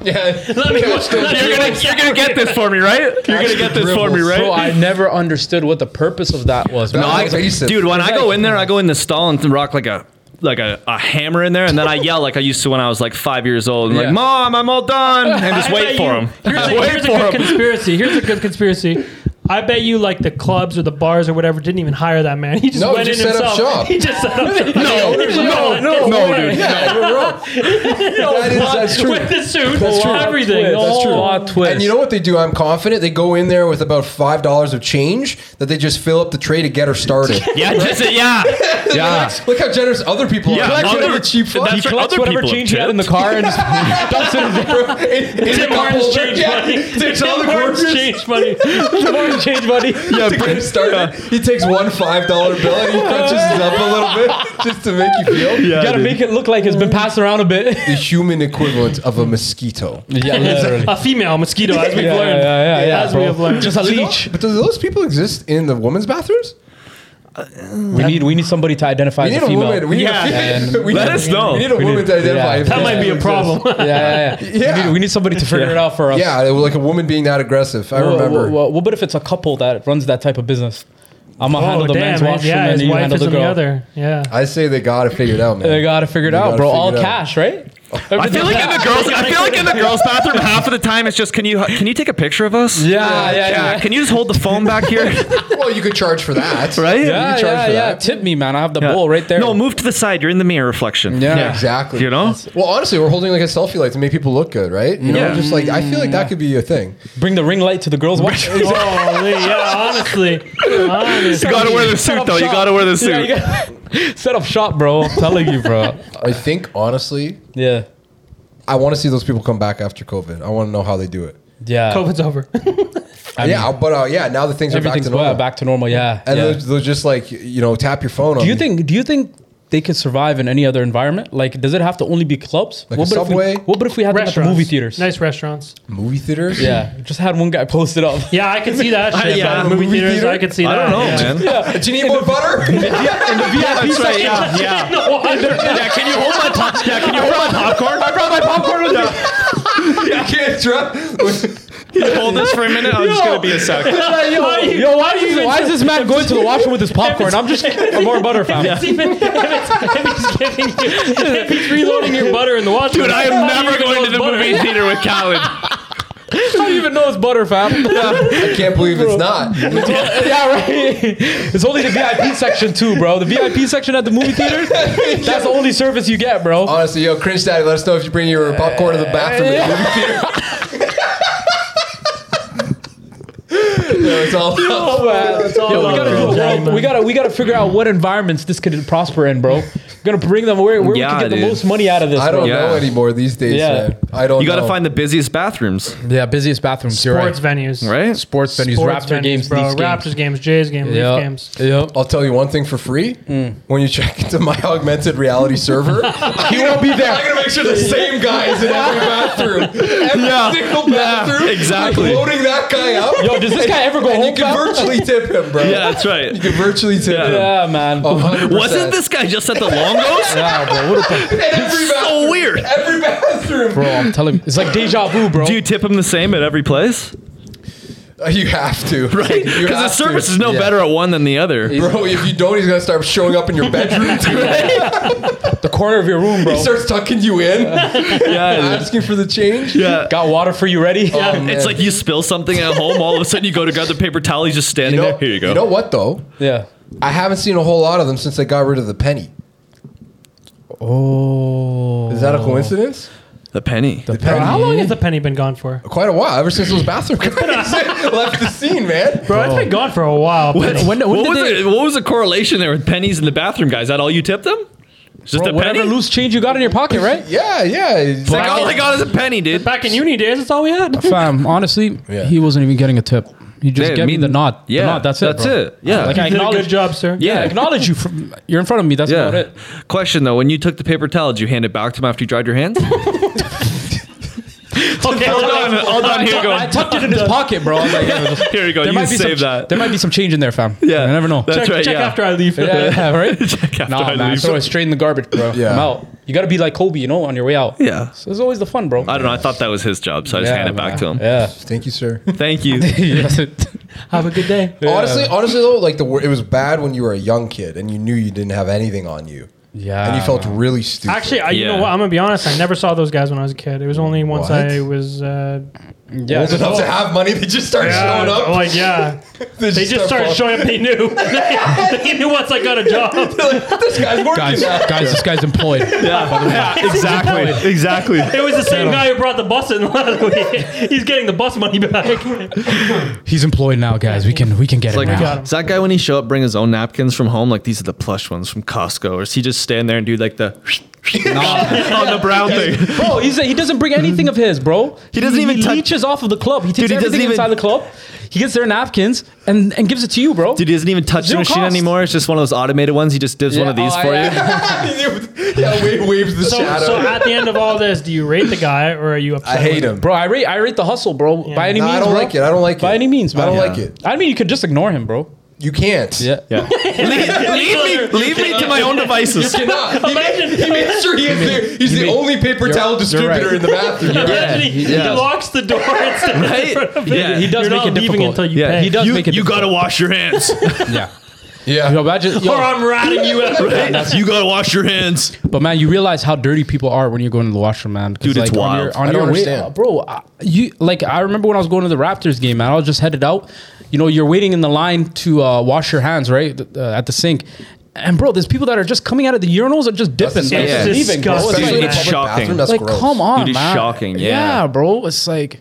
B: Yeah.
C: Let me watch
D: You're gonna, you're gonna get this for me, right? You're gonna get this for me,
A: Bro,
D: right?
A: I never understood what the purpose of that was.
B: No,
A: bro.
B: I- Racist.
D: dude, when I go in there, I go in the stall and rock like a like a, a hammer in there, and then I yell like I used to when I was like five years old, and
A: Yeah.
D: like, mom, I'm all done, and just wait for him.
C: Here's a,
D: wait
C: here's a
D: for
C: good
D: 'em.
C: conspiracy. Here's a good conspiracy. I bet you like the clubs or the bars or whatever didn't even hire that man. He just
B: No, he
C: went
B: just
C: in
B: set up
C: himself.
B: shop.
C: He just set up shop.
D: No, no, no, no, dude.
B: Yeah, you're wrong. that is, that's true.
C: With the suit,
B: That's true.
C: everything.
A: Twist.
C: the
A: That's true.
C: whole-
A: Plot twist.
B: And you know what they do? I'm confident they go in there with about five dollars of change that they just fill up the tray to get her started.
D: Yeah, just uh, yeah, yeah.
B: Look how generous other people
D: Yeah,
B: are. Look
D: other-
B: what a cheap fuck.
D: that's
A: he
D: for
A: collects
D: other
A: whatever
D: people,
A: change he had in the
D: Tim.
A: car and just dumps it in his
B: In- in the
C: Tim
B: cup
C: Hortons
B: holder.
C: change
B: Yeah,
C: money.
B: Takes all the
C: Tim Hortons
B: quarters.
C: change money.
A: Come on, change, buddy.
B: to get it started. He takes one five dollar bill and he crunches it up a little bit just to make you feel
D: Yeah,
A: Gotta
D: dude.
A: make it look like it's been passed around a bit.
B: the human equivalent of a mosquito.
A: Yeah, literally.
C: A female mosquito, as we've
A: Yeah,
C: learned.
A: yeah, yeah, yeah,
C: as
A: bro.
C: we have learned.
A: Just a
B: Do tho-
A: leech.
B: But do those people exist in the women's bathrooms?
A: We need we need somebody to identify
B: We
A: as
B: need
A: a
B: a
A: female.
B: woman. We need
D: Yeah.
B: a female. we
D: Let
B: need-
D: us know.
B: We need a woman to identify.
A: yeah.
B: if
A: That
B: they
C: That might be a
B: exist.
C: problem.
A: yeah, yeah, yeah. We,
B: Yeah.
A: need, we need somebody to figure it out for us.
B: Yeah, they were like a woman being that aggressive. I
A: Well,
B: remember.
A: Well, well, what if it's a couple that runs that type of business? I'm gonna
C: Oh,
A: handle the men's
C: damn. man.
A: washroom
C: Yeah,
A: and
C: his
A: you
C: wife
A: handle
C: is
A: the
C: on the
A: girl.
C: other. Yeah.
B: I say they got to figure it out, man.
A: They gotta figure it
B: They
A: out,
B: gotta
A: bro.
B: figure
A: All
B: it out.
A: cash, right?
D: I feel like in the girls. I feel like in the girls' bathroom, half of the time it's just, can you can you take a picture of us?
A: Yeah, yeah, yeah.
D: yeah.
A: yeah.
D: Can you just hold the phone back here?
B: well, you could charge for that,
D: right?
A: Yeah,
B: charge
A: yeah,
B: for
A: yeah.
B: that.
A: Tip me, man. I have the
D: Yeah.
A: bowl right there.
D: No, move to the side. You're in the mirror reflection.
A: Yeah.
B: Yeah, exactly.
D: You know?
B: Well, honestly, we're holding like a selfie light to make people look good, right? You know,
D: Yeah.
B: just like I feel like
A: Mm.
B: that could be a thing.
A: Bring the ring light to the girls' washroom.
C: Holy, yeah, honestly. honestly.
D: You gotta wear the suit though. You gotta wear the suit.
A: Yeah, you gotta- set up shop, bro. I'm telling you, bro.
B: I think honestly,
A: Yeah,
B: I want to see those people come back after COVID. I want to know how they do it.
A: yeah.
C: COVID's over.
A: I mean,
B: yeah, but uh, yeah, now that things are back
A: everything's
B: to
A: back
B: normal,
A: to, back to normal. Yeah.
B: and
A: yeah.
B: they'll, they'll just like you know tap your phone.
A: Do you think? Do you think they could survive in any other environment? Like, does it have to only be clubs?
B: Like a
A: but if we-
B: Subway?
A: what but if we had them at the
C: restaurants.
A: movie theaters?
C: Nice restaurants.
B: movie theaters?
A: Yeah, just had one guy post it up.
C: Yeah, I can see that shit. yeah,
D: yeah,
C: movie,
B: movie
C: theaters,
B: theater?
C: I can see
D: I
C: that.
D: don't know, man.
A: Yeah,
B: Do you need more butter?
A: yeah, in the VIP
D: That's right.
A: section.
D: Yeah, yeah.
C: man.
D: Yeah, can you hold my pop? Yeah, can you hold my popcorn? I brought my popcorn with me.
B: you can't drop.
D: Hold this for a minute. I'm just gonna be a sec.
A: Yo, yo, why, is, why is this man going to the washroom with his popcorn? I'm just a more butter fan.
C: It's even- if, it's, if, he's giving you, if he's reloading your butter in the washroom,
D: Dude, I am
C: how do
D: never
C: you
D: going
C: reload
D: to the
C: butter?
D: movie theater with Khaled.
A: How do you even know it's butter, fam? Yeah,
B: I can't believe it's not.
A: yeah right. It's only the VIP section too, bro. The VIP section at the movie theaters. That's the only service you get, bro.
B: Honestly, yo, cringe daddy, let us know if you bring your popcorn to the bathroom. at the movie theater. no, it's all
A: Oh, man.
C: It's all
A: Yo, we
C: love,
A: gotta
C: bro.
A: do a
C: Yeah,
A: world-
C: man.
A: we gotta we gotta figure out what environments this could prosper in, bro. We're gonna bring them where, where
D: Yeah,
A: we can get
D: dude.
A: the most money out of this.
B: I don't
A: bro.
D: Yeah.
B: know anymore these days.
A: Yeah.
B: Man. I don't.
D: You got to
B: know.
D: find the busiest bathrooms,
A: Yeah, busiest bathrooms.
C: Sports venues.
D: right?
A: Sports venues,
C: Sports
A: Raptor
C: venues,
A: games,
C: bro.
A: Leafs games.
C: Raptors games, Jays games,
A: Yeah.
C: Leafs games.
A: Yep.
B: I'll tell you one thing for free.
A: Mm.
B: When you check into my augmented reality server,
A: He won't be
B: I'm
A: there.
B: gonna make sure the same guy's in every bathroom. Every
D: Yeah.
B: single
D: Yeah,
B: bathroom.
D: exactly.
B: Loading that guy up.
A: Yo, does this guy ever go
B: and
A: home?
B: you can
A: fam?
B: virtually tip him, bro.
D: Yeah, that's right.
B: You can virtually tip
D: Yeah.
B: him.
A: yeah, man.
B: A hundred
D: Wasn't
B: percent.
D: this guy just at the Longos?
A: Oh, Yeah, bro. What a
B: In every bathroom?
D: so weird.
B: Every bathroom.
A: bro. I'm telling you, it's like deja vu, bro.
D: Do you tip him the same at every place?
B: Uh, You have to,
D: Right?
B: You
D: Because the
B: have to.
D: service is no
B: Yeah.
D: better at one than the other.
B: Bro, if you don't, he's gonna start showing up in your bedroom too.
A: the corner of your room, bro.
B: He starts tucking you in,
D: Yeah.
B: asking for the change.
D: yeah.
A: Got water for you ready?
B: Oh, man.
D: It's like you spill something at home, all of a sudden you go to grab the paper towel, he's just standing
B: You know-
D: there. Here you go.
B: You know what though?
A: Yeah.
B: I haven't seen a whole lot of them since they got rid of the penny.
A: Oh.
B: Is that a coincidence?
D: the penny.
C: Bro, how long has the penny been gone for?
B: Quite a while. Ever since those bathroom guys left the scene, man.
C: Bro, it's been gone for a while. Penny.
A: When, when
D: what,
A: did
D: was
A: they,
D: the, what was the correlation there with pennies in the bathroom, guys? Is that all you tipped them? It's Just
A: bro,
D: a penny?
A: whatever loose change you got in your pocket, right?
B: Yeah, yeah. It's
D: Like, "Oh all I got is a penny, dude.
C: Back in uni days, that's all we had.
A: Fam, honestly,
B: Yeah.
A: he wasn't even getting a tip. He just
D: Yeah,
A: gave me
D: mean-
A: the nod.
D: yeah,
A: the nod. That's it.
D: that's
A: bro.
D: it. Yeah.
A: Like I
C: You did a
A: acknowledge
C: good job, sir.
A: Yeah, I acknowledge you. From, you're in front of me. That's
D: Yeah.
A: about it.
D: Question though, when you took the paper towel, did you hand it back to him after you dried your hands?
C: Okay,
D: Hold on, hold on. Here you
A: I
D: go.
A: tucked it in his pocket, bro. I was like, yeah, just-
D: Here you go.
A: there
D: You
A: might be
D: save
A: some,
D: that.
A: There might be some change in there, fam.
D: Yeah.
A: I never know.
D: That's
C: check,
D: right.
C: check
D: yeah.
C: after I leave.
A: yeah, yeah, right.
D: Check after
A: nah,
D: I
A: man,
D: leave.
A: throw it straight in the garbage, bro.
B: Yeah.
A: I'm out. You got to be like Kobe, you know, on your way out.
D: Yeah.
A: So it's always the fun, bro.
D: I don't know. I thought that was his job, so I just
A: Yeah,
D: hand it back to him.
A: man. Yeah.
B: Thank you, sir.
D: Thank you.
C: Have a good day.
B: Honestly, honestly though, like the wor- it was bad when you were a young kid and you knew you didn't have anything on you.
A: Yeah,
B: and you felt
A: man.
B: really stupid.
C: Actually, I, you know
D: Yeah.
C: what? I'm gonna be honest. I never saw those guys when I was a kid. It was only once
B: What?
C: I was uh,
A: yeah.
B: old enough to have money, they just start showing up.
C: Like, yeah, they just started
B: fall-
C: showing up. They knew. they knew once I got a job.
B: this guy's working.
A: guys,
B: now.
A: guys, this guy's employed.
D: yeah, exactly. Exactly.
C: It was the same guy who brought the bus in last week. He's getting the bus money back.
A: He's employed now, guys. We can we can get it
D: Like,
A: now.
C: got him.
D: does that guy when he show up bring his own napkins from home? Like these are the plush ones from Costco, or is he just stand there and do like the on the brown thing?
A: Bro, he's he doesn't bring anything of his, bro.
D: He doesn't even
A: he
D: touch-
A: leeches off of the club. He takes
D: he doesn't
A: everything
D: even-
A: inside the club. He gets their napkins and and gives it to you, bro.
D: Dude, he doesn't even touch the
A: Zero
D: machine
A: cost.
D: anymore. It's just one of those automated ones. He just does one
A: Yeah,
D: of these
A: oh,
D: for
A: yeah.
D: you.
B: yeah, wave, waves the
C: So,
B: shadow.
C: so at the end of all this, do you rate the guy or are you upset?
B: I hate
C: with
B: him.
A: Bro, I rate I rate the hustle, bro.
C: Yeah.
A: By any
B: No,
A: means,
B: I don't
A: bro.
B: like it. I don't like it.
A: By any means, man.
B: I don't
A: Yeah.
B: like it.
A: I mean, you could just ignore him, bro.
B: You can't.
A: Yeah.
D: Yeah. leave, leave me, leave me to my own devices.
B: Nah, he, made,
C: Imagine-
B: he made sure he is there. He's the
A: made-
B: only paper
A: you're-
B: towel
A: you're
B: distributor
A: right.
B: in the bathroom.
C: Yeah,
D: Yeah,
C: he, he
D: yeah.
C: locks the door instead of
D: Right?
C: in front of
D: Yeah,
C: it.
D: he
A: does make
C: You're not
A: it
C: leaving
A: difficult.
C: until you
D: Yeah,
C: pay.
A: He does
D: You,
A: make it.
D: you gotta wash your hands.
A: Yeah.
B: Yeah.
A: Yo, imagine, yo,
C: Or I'm ratting you out.
D: you gotta wash your hands.
A: But man, you realize how dirty people are when you're going to the washroom, man. 'Cause,
D: Dude, it's
A: like, on
D: wild.
A: your- On
B: I
A: your,
B: don't
A: way,
B: understand.
A: uh, bro. I, you like I remember when I was going to the Raptors game, man. I was just headed out. You know, you're waiting in the line to uh, wash your hands, right, th- uh, at the sink. And bro, there's people that are just coming out of the urinals and just dipping,
B: That's
A: like,
D: yeah,
A: just
D: it's
A: leaving, bro. It's
C: disgusting.
A: like,
B: Especially in a
D: It's
B: public
D: shocking.
B: bathroom, that's
A: like,
B: gross.
A: come on,
D: Dude, it's
A: man.
D: shocking, yeah.
A: bro. It's like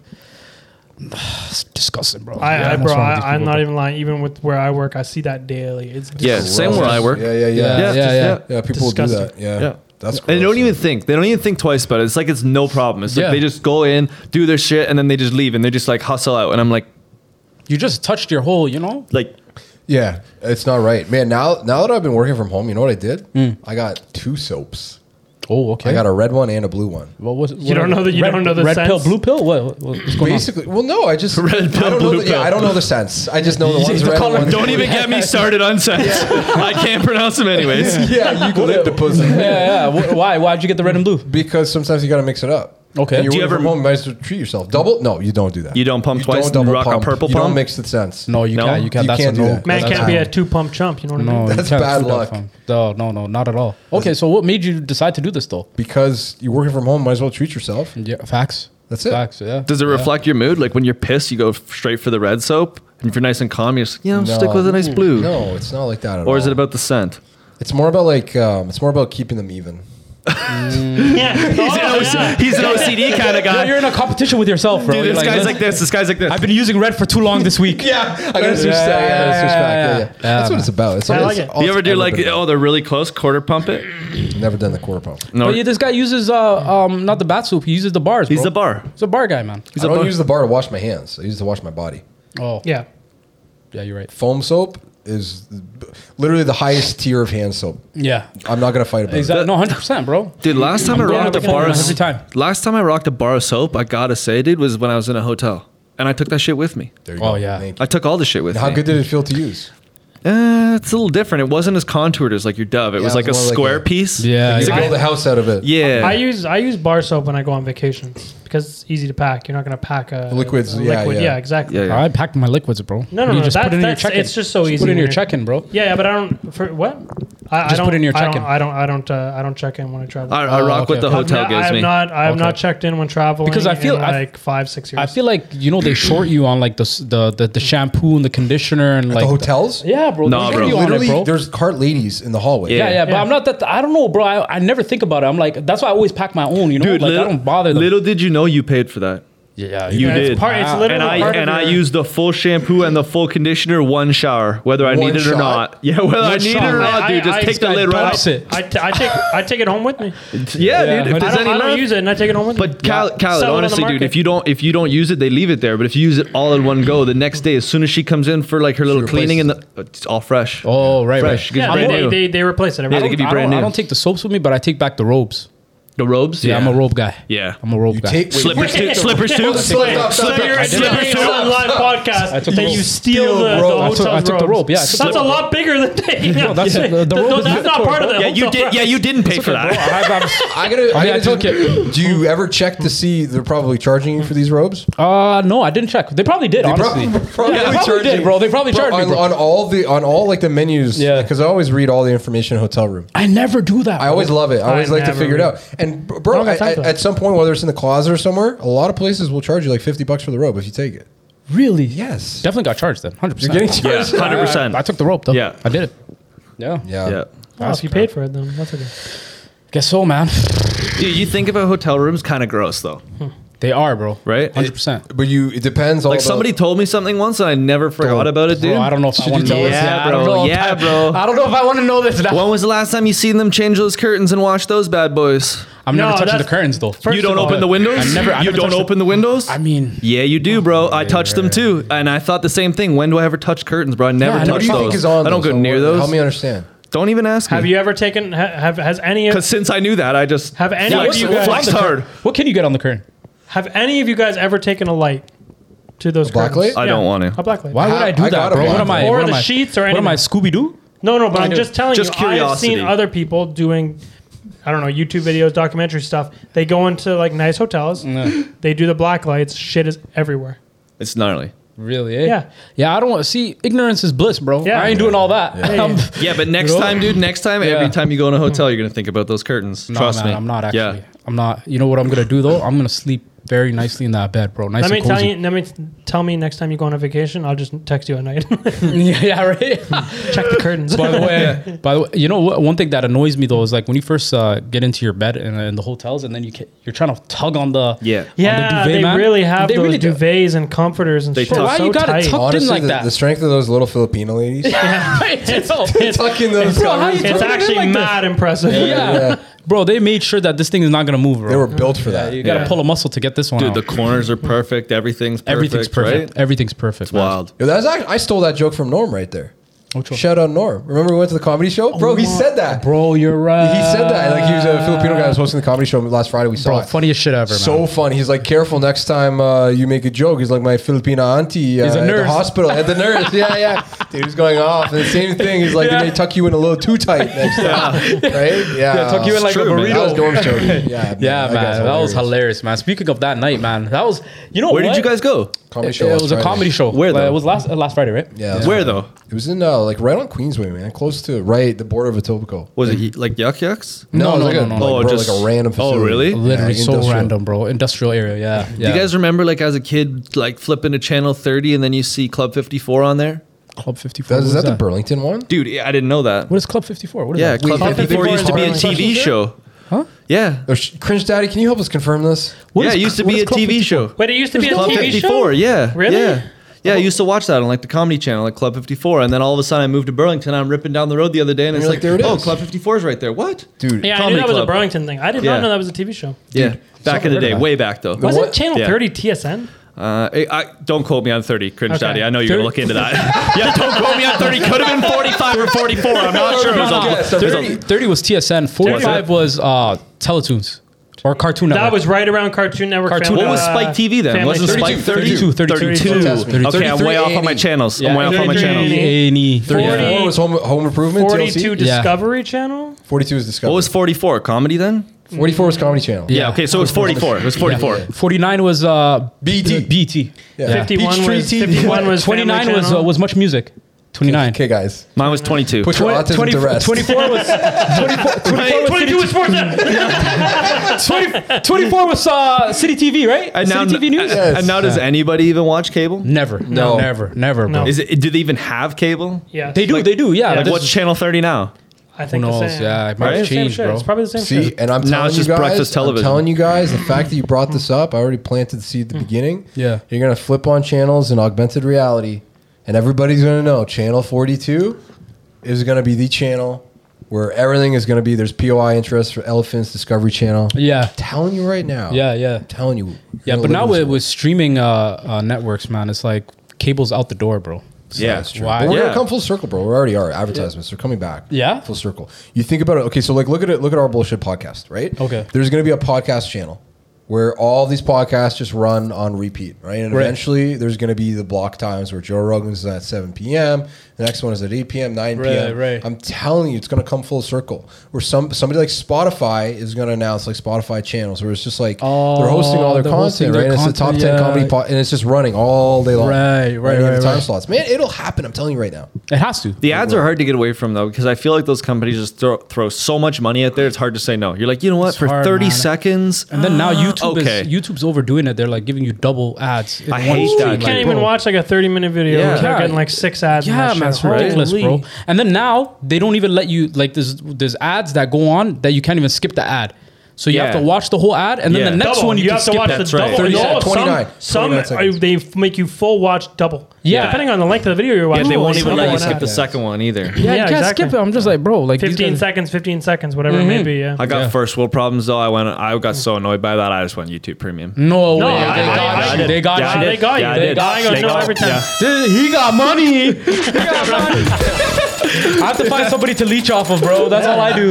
A: it's disgusting, bro.
C: I,
A: Yeah,
C: I
A: what's
C: bro,
A: wrong with these
C: I, I'm
A: people,
C: not
A: bro?
C: even lying. Even with where I work, I see that daily. It's
D: Yeah,
C: gross.
D: same where I work.
B: Yeah, yeah, yeah.
A: Yeah,
B: Yeah,
A: yeah, yeah.
D: yeah.
B: people will
C: Disgusting.
B: do that. Yeah.
D: Yeah.
B: That's gross.
D: And they don't even think. They don't even think twice about it. It's like it's no problem. It's
A: Yeah.
D: like they just go in, do their shit, and then they just leave and they just like hustle out. And I'm like,
A: You just touched your hole, you know.
D: like
B: Yeah, it's not right, man. Now, now that I've been working from home, you know what I did?
D: Hmm.
B: I got two soaps.
A: Oh, okay.
B: I got a red one and a blue one.
A: What was, what
C: don't know that- you
A: red,
C: don't know the
A: red
C: sense?
A: pill, blue pill. What, what- what's going on?
B: Basically, well, no, I just
D: Red pill,
B: I don't know
D: blue
B: the, Yeah,
D: pill.
B: I don't know the sense. I just know the ones
A: the
B: red.
A: color-
B: ones
D: Don't even get me started on sense. I can't pronounce them anyways.
B: Yeah, you can live the pussy
A: yeah, yeah. Wh- Why? Why'd you get the red and blue?
B: because sometimes you got to mix it up.
A: Okay.
B: And you're
A: Do
B: working
D: you ever-
B: from home, you might as well treat yourself. Double? No, you don't do that.
D: You don't pump twice and rock a purple
B: you
D: pump?
B: don't mix the sense.
A: No, you
D: No?
A: can't. You can't.
B: You
A: that's
B: can't
A: a
B: do
A: no.
B: that.
C: Man
A: that's
C: can't
A: a
C: be
A: no.
C: a two pump chump. You know what I
A: No,
C: mean?
A: you
B: That's
A: can't
B: bad
A: do that,
B: luck.
A: fam. No, no, no, not at all. Okay, so what made you decide to do this though?
B: because you're working from home, might as well treat yourself.
A: Yeah, facts.
B: That's it.
A: Facts, yeah.
D: Does it reflect your mood? Like when you're pissed, you go f- straight for the red soap, and if you're nice and calm, you're just, you know, stick with a nice blue.
B: mm, No, it's not like that at all.
D: Or is it about the scent?
B: It's more about like um, it's more about keeping them even.
C: Yeah. Oh,
D: He's
C: yeah.
D: an OCD kind of
A: You're,
D: guy.
A: you're in a competition with yourself, bro.
D: Dude,
A: You're
D: this guy's like this. This guy's like this.
A: I've been using red for too long this week.
B: Yeah, I gotta switch
A: yeah,
B: back.
A: yeah,
B: I gotta switch
A: yeah,
B: back. Yeah,
A: yeah.
B: yeah. That's what it's about. It's
C: I
B: all-
C: like
B: it's
C: it.
B: all
D: you ever
B: it's
D: do
B: ever
D: like,
B: been about.
D: oh, they're really close, quarter pump it?
B: Never done the quarter pump.
D: No,
A: But yeah, this guy uses uh um not the bat soup. He uses the bars.
D: he's
A: bro.
D: a bar.
A: He's a bar guy, man.
D: He's
B: I
D: a
B: don't
D: bar.
B: use the bar to wash my hands. I use it to wash my body.
A: Oh yeah,
C: yeah.
A: yeah, you're right.
B: Foam soap is literally the highest tier of hand soap.
A: Yeah,
B: I'm not gonna fight about
A: exactly. No, hundred percent, bro.
D: Dude, last time I
A: going
D: rocked a
A: every
D: bar
A: time,
D: of
A: every time.
D: Last time I rocked a bar of soap, I gotta say, dude, was when I was in a hotel, and I took that shit with me.
B: it. There you
A: Oh,
B: go.
A: yeah.
B: Thank you.
D: I took all the shit with
B: How
D: me.
B: good did it feel to use?
D: Uh, it's a little different. It wasn't as contoured as like your Dove. It
B: Yeah,
D: was
B: it
D: like a
B: was more like
D: square
B: a-
D: piece.
A: Yeah,
B: You
A: yeah.
B: build a house out of it.
D: yeah.
C: I use I use bar soap when I go on vacation because it's easy to pack. You're not gonna pack a
B: Liquids,
C: a
B: yeah,
C: liquid.
B: yeah.
C: Yeah, exactly.
D: Yeah, yeah.
A: I packed my liquids, bro.
C: No, no,
A: you
C: no,
A: Just
C: that-
A: put it in your
C: that's-
A: check-in.
C: it's just so easy
A: Put it in
C: when
A: your
C: you're-
A: check-in, bro.
C: Yeah, yeah, but I don't for what? I, I
A: Just
C: don't,
A: put in your
C: I don't,
A: check-in.
C: I don't. I don't. Uh, I don't check in when I travel.
D: I, I rock
A: okay,
D: what the
A: okay.
D: hotel
C: I've not,
D: gives
C: I've
D: me.
C: not. I've not
A: Okay.
C: checked in when traveling
A: Because I feel-
C: in
A: I-
C: like five, six years.
A: I feel like you
D: Mm.
A: know they short you on like the s- the the, the shampoo and the conditioner and
B: The
A: like
B: hotels?
A: yeah, bro.
D: Nah,
A: they short
D: bro.
A: you on it,
B: Literally,
A: bro.
B: there's cart ladies in the hallway.
A: Yeah, yeah, but
C: Yeah.
A: I'm not that. I don't know, bro. I, I never think about it. I'm like, that's why I always pack my own. You know,
D: Dude,
A: like
D: little,
A: I don't bother them.
D: little did you know you paid for that.
A: yeah, Ah,
D: You
C: Yeah,
D: did.
C: It's, part, it's literally
D: and I
C: part
D: and
C: of
D: I
C: your-
D: used the full shampoo and the full conditioner one shower, whether I
B: One
D: need it or
B: shot?
D: not. Yeah, whether I
A: One
D: need
A: shot.
D: it or
A: I-
D: not, dude.
C: I-
D: Just
C: I-
D: take the
A: I
D: lid right
A: dumps
D: off.
A: it.
C: I, t- I take I take it home with me.
D: Yeah,
A: Yeah.
D: dude. If
A: I
C: I
D: there's
C: don't,
D: any
C: I don't
D: left,
C: use it, and I take it home with me.
D: But Kyle, Kyle
C: Sell it on the
D: honestly, dude,
C: market.
D: if you don't if you don't use it, they leave it there. But if you use it all in one go, the next day, as soon as she comes in for like her little
B: replaces
D: cleaning, and the it's all fresh.
A: Oh, right,
D: fresh.
A: right.
D: Gives
C: yeah,
D: brand
C: they,
D: new.
C: they they replace it. Every
D: Yeah, they
C: time.
D: give you
A: I
D: brand
A: don't, I
D: new.
A: don't take the soaps with me, but I take back the robes.
D: the robes.
A: Yeah, I'm a robe guy.
D: Yeah.
A: I'm a robe guy.
B: Take, wait,
D: Slipper
B: wait,
D: suit. Slipper suit.
B: Slip up, slip
C: So
B: up.
C: you're
B: I did
C: saying
B: it.
C: on a live podcast
A: I took
C: that
A: the
C: you
A: rope.
C: steal the, the
B: rope.
A: I
C: hotel
A: took- I took the
C: robes.
A: rope, yeah, I took
C: that's
A: the
C: a
A: rope.
C: lot bigger than taking. No,
A: that's- the- the rope is
C: that's not
A: mandatory,
C: part of the.
A: bro.
D: Yeah,
C: hotel
D: you did.
C: robe.
D: Yeah, you didn't pay for that.
B: I gotta. I,
A: Okay, I
B: gotta
A: took
B: do, Do you ever check to see they're probably charging you for these robes?
A: Uh, no, I didn't check. They probably did, honestly.
B: probably
A: yeah, they probably did, bro. They probably charged
B: on,
A: me, bro.
B: on all the on all like the menus.
A: Yeah.
B: because I always read all the information in hotel room.
A: I never do that.
B: I always love it. I always
C: I
B: like to
C: never
B: figure it
C: read.
B: out. And b- bro,
C: don't got
B: I-
C: time
B: I-
C: for that.
B: at some point, whether it's in the closet or somewhere, a lot of places will charge you like fifty bucks for the robe if you take it.
A: really.
B: Yes.
A: Definitely got charged then. 100%.
B: You're getting charged.
D: Yeah, 100%.
A: I took the rope though.
D: Yeah.
A: I did it. Yeah.
B: Yeah.
D: Yeah.
C: Well, if you paid for it, then that's okay.
A: Guess so, man.
D: Dude, you think about hotel rooms kind of gross though,
A: They are, bro.
D: right?
A: 100%.
B: But you, it depends. All
D: Like
B: about-
D: somebody told me something once and I never forgot about it, dude.
A: Bro, I don't know if I want to know
D: tell
A: this.
D: us? Yeah,
A: I don't
D: bro.
A: know if
D: Yeah,
A: I-
D: bro.
A: I don't know if I want to know this.
D: When was the last time you seen them change those curtains and wash those bad boys?
A: I'm
C: No,
A: never touching the
C: that's-
A: curtains though.
D: you don't open the windows.
A: I never. I
D: you
A: never
D: don't
A: touch the-
D: open the, windows.
A: I mean,
D: yeah, you do, bro. I touched them too, and I thought the same thing. When do I ever touch curtains, bro? I never
A: I
D: touch
A: never-
B: What do you
D: those.
B: think is on?
D: I don't
B: those?
D: go near those.
B: Help me understand.
D: Don't even ask
C: Have
D: me.
C: you ever taken? ha- Have has any
D: Because
C: of
D: since I knew that, I just
C: Have any
D: flex,
C: of you guys-
D: flex hard.
A: what can you get on the curtain?
C: have any of you guys ever taken a light to those
B: black
C: curtains?
B: light?
D: I don't want to.
C: A black light.
A: Why would
B: How-
A: I do
B: I
A: that,
B: gotta
A: bro?
B: want
A: What am I?
C: them. Or
A: what am
C: the
A: I-
C: sheets or
A: What am I,
C: anything.
A: Scooby Doo?
C: No, no, but
A: I
C: I'm
A: do.
C: just telling
D: Just
C: you.
D: curiosity.
C: I've seen other people doing, I don't know, YouTube videos, documentary stuff. They go into like nice hotels. They do the black lights. Shit is everywhere.
D: It's gnarly.
A: Really? eh?
C: Yeah.
A: Yeah, I don't want to see. Ignorance is bliss, bro.
C: Yeah.
A: I ain't doing all that.
C: yeah.
A: I'm-
D: Yeah, but next
A: Nope.
D: time, dude, next time, every time you go in a hotel, you're gonna think about those curtains.
A: Hmm. No,
D: Trust
A: man,
D: me.
A: I'm not actually.
D: Yeah.
A: I'm not. You know what I'm gonna do though? I'm gonna sleep very nicely in that bed, bro. Nice
C: Let me
A: and cozy.
C: tell you. Let me tell me next time you go on a vacation. I'll just text you at night.
A: yeah, yeah, right.
C: Check the curtains.
A: by the way, by the way, you know what? One thing that annoys me though is like when you first uh, get into your bed in, in the hotels, and then you ca you're trying to tug on the
D: Yeah.
A: on
C: yeah,
A: the duvet,
C: they
A: man.
C: really have
A: They
C: those
A: really do.
C: duvets and comforters and
D: They
C: shit.
D: tuck-
A: Why
C: so
A: you gotta
C: tight.
A: tuck- Tucked in
B: Honestly,
A: like
B: the,
A: that.
B: the strength of those little Filipino ladies.
A: it's,
C: It's,
B: Tucking those
A: Bro, how
B: covers,
A: you-
C: it's
A: tuck it in
C: actually
A: like this.
C: mad impressive.
A: yeah.
B: yeah.
A: bro. They made sure that this thing is not gonna move, bro.
B: They were built for that.
A: you gotta
D: Yeah.
A: pull a muscle to get this one.
D: Dude,
A: out.
D: the corners are perfect. Everything's perfect.
A: everything's perfect.
D: Right?
A: Everything's perfect. man.
D: Wild.
B: Yo, that's actually, I stole that joke from Norm right there.
A: Which one? Oh,
B: Shout out Norm. Remember we went to the comedy show? Bro, he said that.
A: Bro, you're right.
B: He said that. Like he was a Filipino guy that was hosting the comedy show last Friday. We saw
A: Bro,
B: it.
A: funniest shit ever.
B: So
A: man.
B: fun. He's like, careful next time uh, you make a joke. He's like my Filipina auntie uh,
A: He's a
B: at the
A: nurse.
B: hospital, at the nurse. Yeah, yeah. Dude, he's going off. And the same thing. He's like,
A: Yeah.
B: they may tuck you in a little too tight next time. Right? Yeah.
A: Yeah, tuck you in like
D: true,
A: a
D: man.
A: burrito.
B: That was Norm's joke. Yeah,
A: Yeah, man,
B: guy's
A: that was hilarious, man. Speaking of that night, man, that was you know
D: Where
A: what?
D: did you guys go?
B: Comedy
A: It,
B: show
A: it
B: last
A: was a
B: Friday.
A: comedy show.
D: Where
A: Uh,
D: though?
A: It was last uh, last Friday, right?
B: Yeah.
D: Where though?
B: It was in uh, while, like right on Queensway, man, close to right the border of Etobicoke.
D: Was it like yuck yucks?
A: No, no,
B: it was like
A: no,
B: a,
A: no,
B: like,
A: no.
D: Oh,
B: bro,
D: just-
B: like a random.
D: oh,
B: Facility.
D: really?
B: Yeah,
A: Literally so
B: industrial.
A: random, bro. Industrial area, yeah. yeah.
D: Do you guys remember like as a kid, like flipping to channel 30 and then you see Club 54 on there?
A: Club 54.
B: That,
A: what
B: is
A: is
B: that the Burlington one?
D: Dude, yeah, I didn't know that.
A: What is Club 54? What is
D: yeah,
A: that?
D: Club
B: Club
D: 54 used to be a
B: 54 is
D: TV
B: a
D: show.
A: Huh?
D: Yeah.
B: Or Oh, sh- Cringe Daddy, can you help us confirm this?
A: What
D: yeah,
A: is-
D: it used to
A: what
D: be
A: is
D: a
A: Club
D: TV
A: 54?
D: show.
C: Wait, it used to be a
D: Club
C: TV
D: 54,
C: show.
D: yeah.
C: Really?
D: Yeah. Yeah, I used to watch that on like the comedy channel, like Club 54, and then all of a sudden I moved to Burlington. I'm ripping down the road the other day, and it's
B: you're
D: like,
B: like, "There it
D: oh,
B: is."
D: Club 54 is right there. What?
B: Dude,
C: Yeah, I
D: Comedy
C: knew that was
D: Club.
C: a Burlington thing. I did
D: Yeah.
C: not know that was a TV show.
D: Yeah, back in the day, way back though.
C: Wasn't
B: what-
C: Channel
D: Yeah.
C: 30 TSN?
D: Uh, I, I- don't quote me on 30, cringe
C: Okay.
D: daddy. I know you're gonna look into that. yeah, don't quote me on 30. Could have been 45 or 44. I'm not sure. It was
A: No,
D: on-
A: no,
D: it was on-
A: 30, 30 was TSN. 45 was uh, Teletoons or Cartoon Network.
C: That was right around Cartoon Network.
A: Cartoon-
C: Family-
D: What was
C: uh,
D: Spike TV then?
C: Family
D: Wasn't
C: 32.
D: Spike
A: 32, 32.
D: 32. Okay, I'm way off on my
B: 33,
D: channels.
A: Yeah.
D: I'm way off on my
C: 33.
D: channels.
A: A&E.
B: 34
A: Yeah.
B: was Home, home Improvement,
C: 42
B: TLC.
A: Yeah.
C: Discovery Channel?
B: 42 was Discovery.
D: What was 44? Comedy then?
B: 44 was Comedy Channel.
A: Yeah.
D: Yeah. Okay, so it was 44. It was 44.
A: 49 was uh,
B: BT.
A: BT.
B: Yeah.
C: 51
B: Peachtree
C: was,
B: TV.
C: 51 was
A: 29 was uh, was Much Music. 29.
B: Okay, guys.
D: Mine was 22.
B: Put your autism to rest.
A: 24 was 24, 24 was
C: 22
A: City,
C: was Sportsnet.
A: 20, 24 was uh, City TV, right?
D: And now,
A: City TV News.
B: uh,
D: and now does anybody even watch cable?
A: never,
B: No.
A: no, never, never, bro.
C: No.
D: Is it? Do they even have cable?
C: yeah,
A: They do, they do, yeah.
D: Like
A: This
D: what's
A: is-
D: channel 30 now?
C: I
A: who
C: think the
A: knows?
C: same.
A: Yeah, it might
D: Right?
A: have
C: It's the same
A: changed,
C: shit.
A: bro.
C: It's probably the same
B: See,
C: shit.
B: and I'm
D: Now
B: telling
D: it's just
B: you guys,
D: breakfast television.
B: I'm telling you guys, the fact that you brought this up, I already planted the seed at the beginning.
A: Hmm. Yeah.
B: you're gonna flip on channels in augmented reality, and everybody's gonna know channel 42 is gonna be the channel where everything is gonna be. There's POI interest for elephants, Discovery Channel.
A: yeah,
B: I'm telling you right now.
A: yeah, yeah.
B: I'm telling you. you're
A: Yeah,
B: gonna
A: but
B: live
A: now
B: in
A: with,
B: this world.
A: with streaming uh, uh, networks, man, it's like cable's out the door, bro. So
D: Yeah,
A: that's
D: it's true.
A: why-
B: But we're
D: Yeah.
B: gonna come full circle, bro. We already are advertisements. They're coming back.
A: Yeah?
B: full circle. You think about it. Okay, so like, look at it. Look at our bullshit podcast, right?
A: Okay.
B: There's gonna be a podcast channel where all these podcasts just run on repeat, right? And
A: Right.
B: eventually, there's gonna be the block times where Joe Rogan's is at 7 p.m. The next one is at 8 p.m., 9
A: Right,
B: p.m.
A: right.
B: I'm telling you, it's gonna come full circle. Where some somebody like Spotify is gonna announce like Spotify channels, where it's just like they're hosting all their
A: Oh, they're hosting
B: content,
A: their
B: right? And it's the top
A: content,
B: ten
A: yeah.
B: comedy, po- and it's just running all day long,
A: Right, right,
B: in
A: right,
B: the time
A: right.
B: slots, man. It'll happen. I'm telling you right now.
A: It has to.
D: The ads are hard to get away from though, because I feel like those companies just throw, throw so much money out there. It's hard to say no. You're like, you know what?
A: It's
D: For
A: hard,
D: 30
A: man.
D: seconds,
A: And then now YouTube
D: Ah, okay.
A: is YouTube's overdoing it. They're like giving you double ads. in
D: I
A: one
D: hate
A: stream,
D: that,
A: like,
D: dude.
C: You can't
A: bro.
C: even watch like a 30 minute video
D: Yeah.
C: without
A: Yeah.
C: getting like six ads. in
A: Yeah,
C: that
A: man, it's
C: shit.
A: ridiculous,
C: Holy.
A: bro. And then now they don't even let you like there's there's ads that go on that you can't even skip the ad. So you have
D: Yeah.
A: to watch the whole ad, and then
D: Yeah.
A: the next
C: double.
A: one you,
C: you
A: can
C: have to
A: skip
C: watch
A: that.
C: the
D: That's right.
C: double.
D: 30
C: No,
B: seconds. 29.
C: Some,
B: 29
C: some are,
B: seconds.
C: they f- make you full watch double.
A: Yeah.
C: depending on the length of the video you're
D: yeah,
C: watching.
D: they won't
C: Double
D: even let you
C: and
D: skip
C: out.
D: the second one either.
A: Yeah,
C: Yeah,
A: you can't
C: exactly.
A: skip it. I'm just like, bro, like these
C: 15
A: guys-
C: seconds, 15 seconds, whatever it
A: Mm-hmm.
C: may be. Yeah.
D: I got first world problems though. I went. I got so annoyed by that. I just went YouTube Premium.
A: No, way.
C: I-
A: Mm. they,
C: I-
A: got
C: I
A: you.
C: did.
A: they got
D: Yeah,
A: you.
D: I
C: they
D: did.
C: got you.
D: Yeah, I
C: they
D: did.
C: got you.
D: They
C: I know
D: got-
C: every time.
D: yeah.
A: Dude, he got money. He got money. I have to find somebody to leech off of, bro. That's all I do.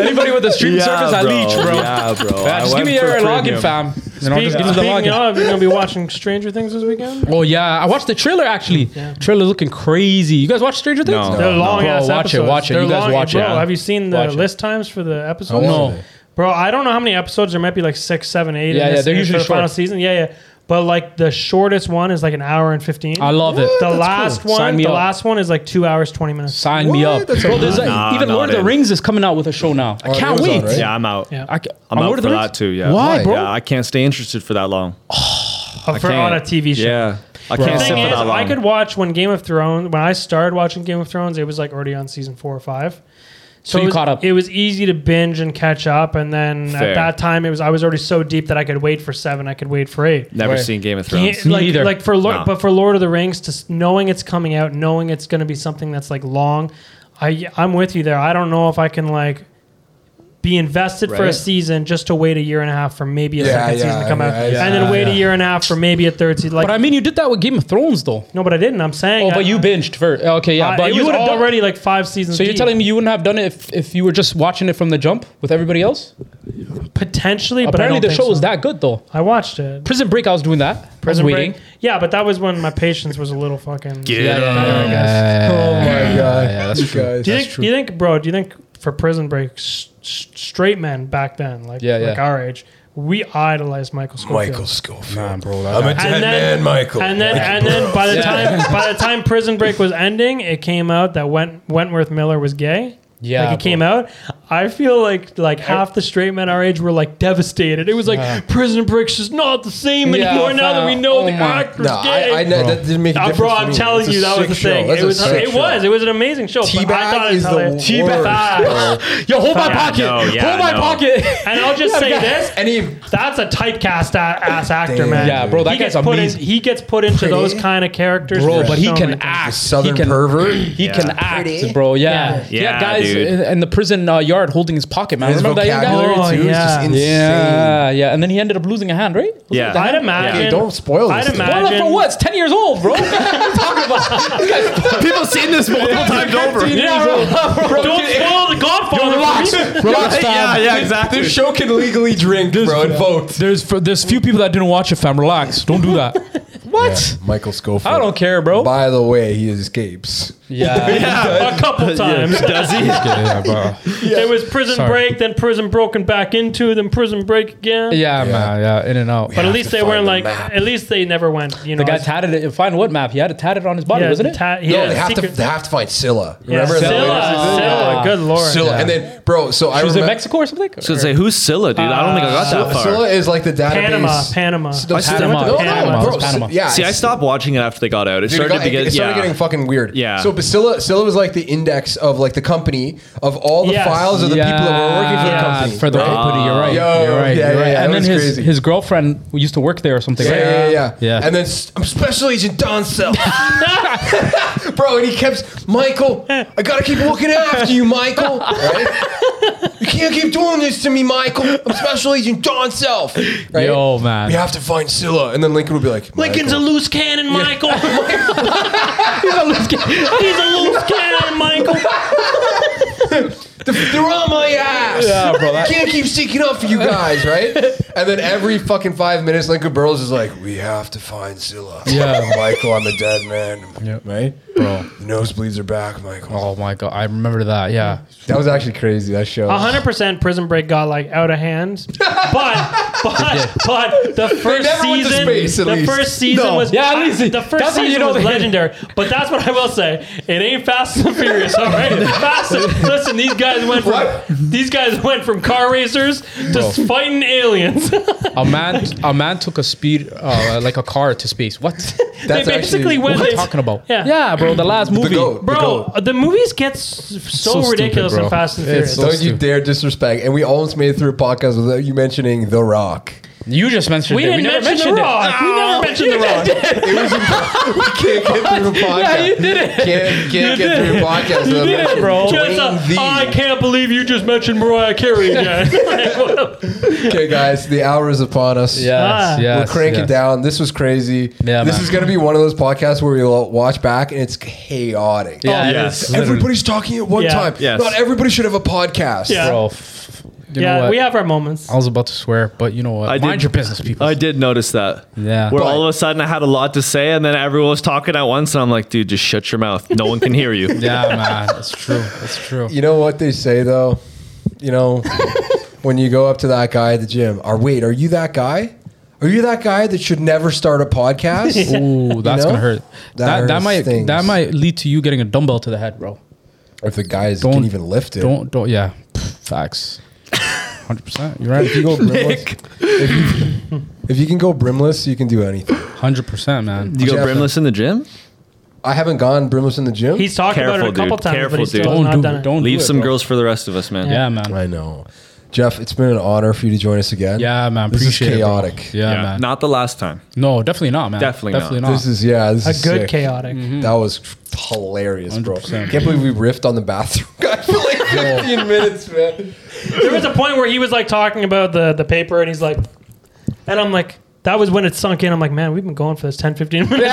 A: Anybody with a streaming service, I leech, bro.
D: Yeah, bro.
A: Yeah,
D: I
A: just give
D: went
A: me
D: for
A: your
D: premium.
A: login, fam. You know, just give me the
C: Speaking
A: login.
C: of, you're gonna be watching Stranger Things this weekend.
A: Oh yeah, I watched the trailer actually.
C: Yeah.
A: Trailer's looking crazy. You guys watch Stranger Things?
D: No.
C: They're long ass
A: Bro, watch
C: episodes.
A: it, watch it.
C: They're
A: You guys
C: long,
A: watch it,
C: bro,
A: man.
C: Have you seen the
A: Watch it.
C: list times for the episodes?
A: No.
B: long
C: bro. I don't know how many episodes there might be, like six, seven, eight.
A: Yeah,
C: in
A: yeah,
C: this-
A: they're usually
C: for the final
A: short.
C: season. Yeah, yeah. But like the shortest one is like an hour and fifteen.
A: I love it.
C: the
B: That's
C: last
A: cool.
C: one.
A: Sign me
C: The
A: up.
C: last one is like two hours twenty minutes.
A: Sign me
B: What?
A: up,
B: That's
A: bro.
B: a-
A: There's a,
D: Nah,
A: even
D: nah,
A: Lord of the
D: dude.
A: Rings is coming out with a show now. I
B: Oh,
A: can't
B: Amazon,
A: wait.
B: right?
D: Yeah, I'm out.
C: Yeah,
A: I, ca-
D: I'm
A: on
D: out
A: Lord
D: for
A: of the Rings?
D: that too. Yeah.
A: Why, bro?
D: Yeah, I can't stay interested for that long.
C: Uh, for
D: Can't.
C: on a TV show.
D: Yeah, I
C: The
D: can't sit
C: thing
D: for
C: is,
D: that long.
C: I could watch when Game of Thrones. When I started watching Game of Thrones, it was like already on season four or five. So,
A: you
C: it was,
A: caught up.
C: It was easy to binge and catch up, and then
D: Fair.
C: at that time, it was I was already so deep that I could wait for seven, I could wait for eight.
D: Never
A: Right.
D: seen Game of
C: Yeah,
D: Thrones.
A: Me
C: like,
A: neither.
C: like for Lord,
D: No.
C: but for Lord of the Rings, just knowing it's coming out, knowing it's going to be something that's like long, I I'm with you there. I don't know if I can like be invested for a
D: Right.
C: season just to wait a year and a half for maybe a
B: Yeah,
C: second
B: yeah,
C: season to come
B: yeah,
C: out,
B: yeah,
C: and then wait a
A: yeah.
C: year and a half for maybe a third season. Like,
A: But I mean, you did that with Game of Thrones, though.
C: no, but I didn't. I'm saying,
A: Oh,
C: I-
A: but you binged first. Okay, yeah,
C: I-
A: but
C: Uh, it
A: you
C: was
A: would have already.
C: already like five seasons.
A: So you're
C: deep.
A: telling me you wouldn't have done it if, if you were just watching it from the jump with everybody else?
C: potentially? but I
A: Apparently,
C: don't
A: the
C: think
A: show was
C: so.
A: that good, though.
C: I watched it.
A: Prison Break, I was doing that. Prison I was waiting.
C: Break. Yeah, but that was when my patience was a little fucking.
D: Get
A: Yeah, yeah, yeah,
C: I
A: yeah,
C: guess.
A: yeah,
B: Oh
A: yeah, yeah,
B: my god,
A: yeah, that's
B: you
A: true.
B: guys.
C: Do you think? Do you think, bro? Do you think for Prison Break, s- s- straight men back then, like
A: Yeah,
C: like
A: yeah.
C: our age, we idolized Michael Scofield.
B: Michael Scofield.
A: Nah, bro, that
B: I'm a
A: guy-
B: dead man, Michael.
C: And then,
B: Michael
C: and then by the
A: Burrows.
C: time by the time Prison Break was ending, it came out that Went, Wentworth Miller was gay.
A: Yeah,
C: like it came
A: bro.
C: out. I feel like like half the straight men our age were like devastated. It was like
A: Yeah.
C: Prison Break's just not the same
A: Yeah,
C: anymore now that we
A: fam.
C: know
A: Oh
C: the
A: my-
C: actor's
B: No,
C: gay.
B: I, I know that didn't make a
C: Uh,
B: difference.
C: bro,
B: to
C: I'm
B: me.
C: telling
B: It's a
C: you, that was the
B: sick show.
C: thing.
B: That's
C: It
B: a
C: was,
B: sick
C: it
B: show.
C: was, it was an amazing show. but I thought
B: Teabag
C: it
B: is
C: was
B: the
C: hilarious.
B: worst. bro.
A: Yo, hold my
D: Yeah,
A: pocket.
D: no, yeah,
A: hold my
D: no.
A: pocket.
C: And I'll just say this:
B: And he
C: that's a typecast a- ass actor,
B: Damn,
C: man.
A: Yeah, bro, that
C: he
A: guy's
C: gets put in,
A: amazing.
C: He gets put into
B: Pretty.
C: those kind of characters,
A: bro,
C: for
A: but he
C: so
A: can
C: many things.
A: act.
B: southern
A: he can,
B: pervert.
A: He
D: Yeah.
A: can act, bro. Yeah,
D: Yeah. Yeah,
A: guys
D: dude.
A: in, in the prison uh, yard holding his pocket, man.
B: His
A: Remember that young guy?
B: vocabulary
C: Oh,
B: too is just
C: yeah.
B: insane.
A: Yeah, yeah. And then he ended up losing a hand, right? Was
D: Yeah.
A: it the
C: I'd
A: hand?
C: imagine.
B: Hey, don't spoil this
C: I'd
B: thing.
A: Well,
C: imagine.
A: for what? It's ten years old, bro. What are you talking about? This guy's
D: People seen this multiple times over.
A: fifteen
C: Yeah,
A: years old. Bro,
C: Don't
A: kid-
C: spoil the Godfather. for me.
D: Yeah, yeah, exactly.
B: This show can legally drink, bro, and vote.
A: There's there's few people that didn't watch it, fam. Relax. Don't do that. what?
B: Michael Scofield.
A: I don't care, bro.
B: By the way, he escapes.
A: Yeah.
D: Yeah.
C: A couple times.
D: Does he?
A: yeah, bro.
C: There was prison
A: Sorry.
C: break, then prison broken back into, then prison break again.
A: Yeah, man. Yeah, in and out.
C: But
B: have
C: at least
B: to
C: they
B: find
C: weren't
B: the
C: like.
B: map.
C: At least they never went. You know,
A: The guy
C: as-
A: tatted it. Find what map? He had it tatted on his body,
C: yeah,
A: wasn't it?
C: ta-
B: No,
C: yeah,
B: they have
C: secret-
B: to. They have to find Scylla.
C: yeah,
B: Remember
C: Scylla,
B: that? Oh
C: Scylla, good lord.
B: Scylla, and then bro. So I
A: She was in
B: remember-
A: Mexico or something.
D: I was gonna say, who's Scylla, dude? I don't think I got that far.
B: Scylla is like the database.
C: Panama, Panama. Oh,
B: No,
D: I
B: Scylla-
D: Panama,
B: no, no,
C: Panama,
B: bro.
A: Panama.
B: Yeah,
D: See, I stopped watching it after they got out. It
B: Dude, it
D: started
B: got-
D: to get
B: it started
D: yeah.
B: getting fucking weird.
D: Yeah.
B: So Basilla, Scylla was like the index of like the company of all the
C: Yes.
B: files of the people that were working for the
A: Yeah,
B: company.
A: For the
B: right?
A: company, you're right.
B: Yo,
A: you're right.
B: yeah,
A: you're
B: yeah,
A: right.
B: yeah,
A: and
B: that
A: then
B: was
A: his
B: crazy.
A: his girlfriend used to work there or something.
B: Yeah,
A: right?
B: yeah, yeah,
A: Yeah.
B: And then s- I'm Special Agent Don Self. Bro, and he kept, Michael, I gotta keep looking after you, Michael. Right? You can't keep doing this to me, Michael. I'm Special Agent Don Self. Right?
A: Yo, man.
B: We have to find Scylla. And then Lincoln would be like,
C: Lincoln's a
B: Michael.
C: loose cannon, Michael. He's a loose cannon, Michael.
B: They're on my ass.
A: Yeah, bro, that-
B: I can't keep sticking up for you guys, right? And then every fucking five minutes, Lincoln Burrows is like, "We have to find Zilla."
A: Yeah.
B: Michael, I'm a dead man. Right,
A: Bro.
B: The nosebleeds are back, Michael.
A: Oh my god, I remember that. Yeah.
B: That was actually crazy. That show.
C: hundred percent Prison Break got like out of hand, but but but the first
B: never went to
C: season,
B: space, at
C: the
B: least.
C: first season
B: No.
C: was
A: Yeah, at least
C: the first
A: that's how you
C: season
A: know
C: was
A: they-
C: legendary. But that's what I will say. It ain't Fast and Furious, all right? Fast. and- Listen, these guys went from
B: What?
C: these guys went from car racers to fighting aliens.
A: A man a man took a speed uh, like a car to space. What?
B: That's
C: they
B: actually-
C: basically went.
A: what are you
C: they-
A: talking about?
C: Yeah.
A: Yeah, bro, the last movie.
B: goat. The
C: Bro,
B: goat.
C: the, movies get s- so,
A: So stupid,
C: ridiculous
A: bro.
C: in Fast and
A: It's
C: Furious.
A: so-
B: Don't you
A: stupid.
B: dare disrespect. And we almost made it through a podcast without you mentioning The Rock.
A: You just mentioned
C: we
A: it.
C: didn't
A: never
C: mention
A: mentioned
C: the
A: it.
C: rock. we never mentioned the rock.
B: It was imp- we can't get through the podcast.
A: Yeah, you did it.
B: Can't, can't
A: You
B: get
A: did
B: through
A: it.
B: the
A: You
B: podcast without
A: did it,
B: mentioning
A: bro.
C: Just a,
B: Dwayne the.
C: I can't believe you just mentioned Mariah Carey again. Like, what-
B: Okay, guys, the hour is upon us.
A: Yes,
C: Ah.
A: yes.
B: We'll crank
A: yes.
B: it down. This was crazy.
A: Yeah,
B: this
A: man.
B: is going to be one of those podcasts where we'll watch back and it's chaotic. Oh,
A: Yeah, it
D: Yes.
A: is literally-
B: Everybody's talking at one
C: Yeah.
B: time.
D: Yes.
B: Not everybody should have a podcast.
C: Yeah.
A: bro. f- You know
C: yeah,
A: what?
C: we have our moments.
A: I was about to swear, but you know what?
D: I did-
A: Mind your business, people.
D: I did notice that.
A: Yeah.
D: Where
A: But-
D: all of a sudden I had a lot to say, and then everyone was talking at once, and I'm like, dude, just shut your mouth. No one can hear you.
A: yeah, man. It's true. It's true.
B: You know what they say though? You know, when you go up to that guy at the gym, are wait, are you that guy? Are you that guy that should never start a podcast?
A: Ooh, that's
B: know?
A: gonna hurt. That
B: That
A: that,
B: hurts
A: might
B: things.
A: that might lead to you getting a dumbbell to the head, bro.
B: or if the guys
A: Don't-
B: can't even lift it.
A: Don't don't yeah. Pff, Facts. Hundred percent. You're right. If you go
B: Brimless, if, you, if you can go brimless, you can do anything.
A: hundred percent, man.
D: Do you go
B: Jeff-
D: brimless in the gym?
B: I haven't gone brimless in the gym.
C: He's talked about it a
D: Careful,
C: couple
D: dude.
C: times,
D: Careful,
C: but he still
D: dude.
C: has
A: Don't do
C: not done
A: it.
C: it.
A: Don't
D: Leave
A: do it,
D: some
A: bro.
D: girls for the rest of us, man.
A: Yeah, man.
B: I know. Jeff, it's been an honor for you to join us again.
A: Yeah, man.
B: This is
A: Appreciate it, bro.
B: chaotic.
A: Yeah,
D: Yeah,
A: man.
D: Not the last time.
A: no, definitely not, man.
D: Definitely
A: definitely not.
B: This is yeah. This
C: A
B: is
C: good
B: sick. Mm-hmm.
C: chaotic.
A: Mm-hmm.
B: That was hilarious, bro.
A: 100%.
B: Can't believe we riffed on the bathroom guy for like 15 minutes, man.
C: There was a point where he was like talking about the, the paper and he's like, and I'm like, that was when it sunk in. I'm like, man, we've been going for this 10, 15 minutes.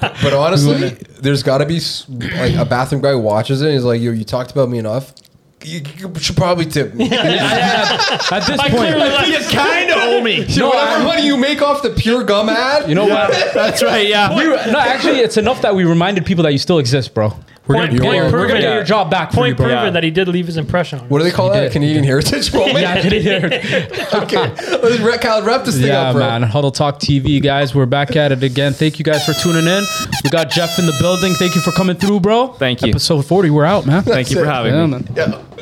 B: But honestly, there's got to be s- like a bathroom guy watches it and he's like, "Yo, you talked about me enough. you, you should probably tip me.
A: At this
C: I
A: point,
C: clearly left.
D: You kind of owe me.
B: So
A: No,
B: whatever
A: I-
B: money you make off the pure gum ad,
A: you know what?
D: That's right. Yeah.
A: We were, no, actually, it's enough that we reminded people that you still exist, bro. We're
C: Point-
A: gonna, do
C: point
A: your- we're
C: proven.
A: gonna do your job back for you,
C: Point
A: bro.
C: proven
D: Yeah.
C: that he did leave his impression on. us.
B: what do they call
A: He
B: that?
A: did.
B: Canadian Heritage Moment.
A: Yeah, I did hear.
B: okay, let's wrap, Kyle, wrap this thing
A: yeah
B: up, bro.
A: man. Huddle Talk TV, guys. We're back at it again. Thank you guys for tuning in. We got Jeff in the building. Thank you for coming through, bro.
D: Thank you.
A: Episode 40. We're out, man.
D: Thank you for having
A: Yeah,
D: me.
A: man.
B: Yeah.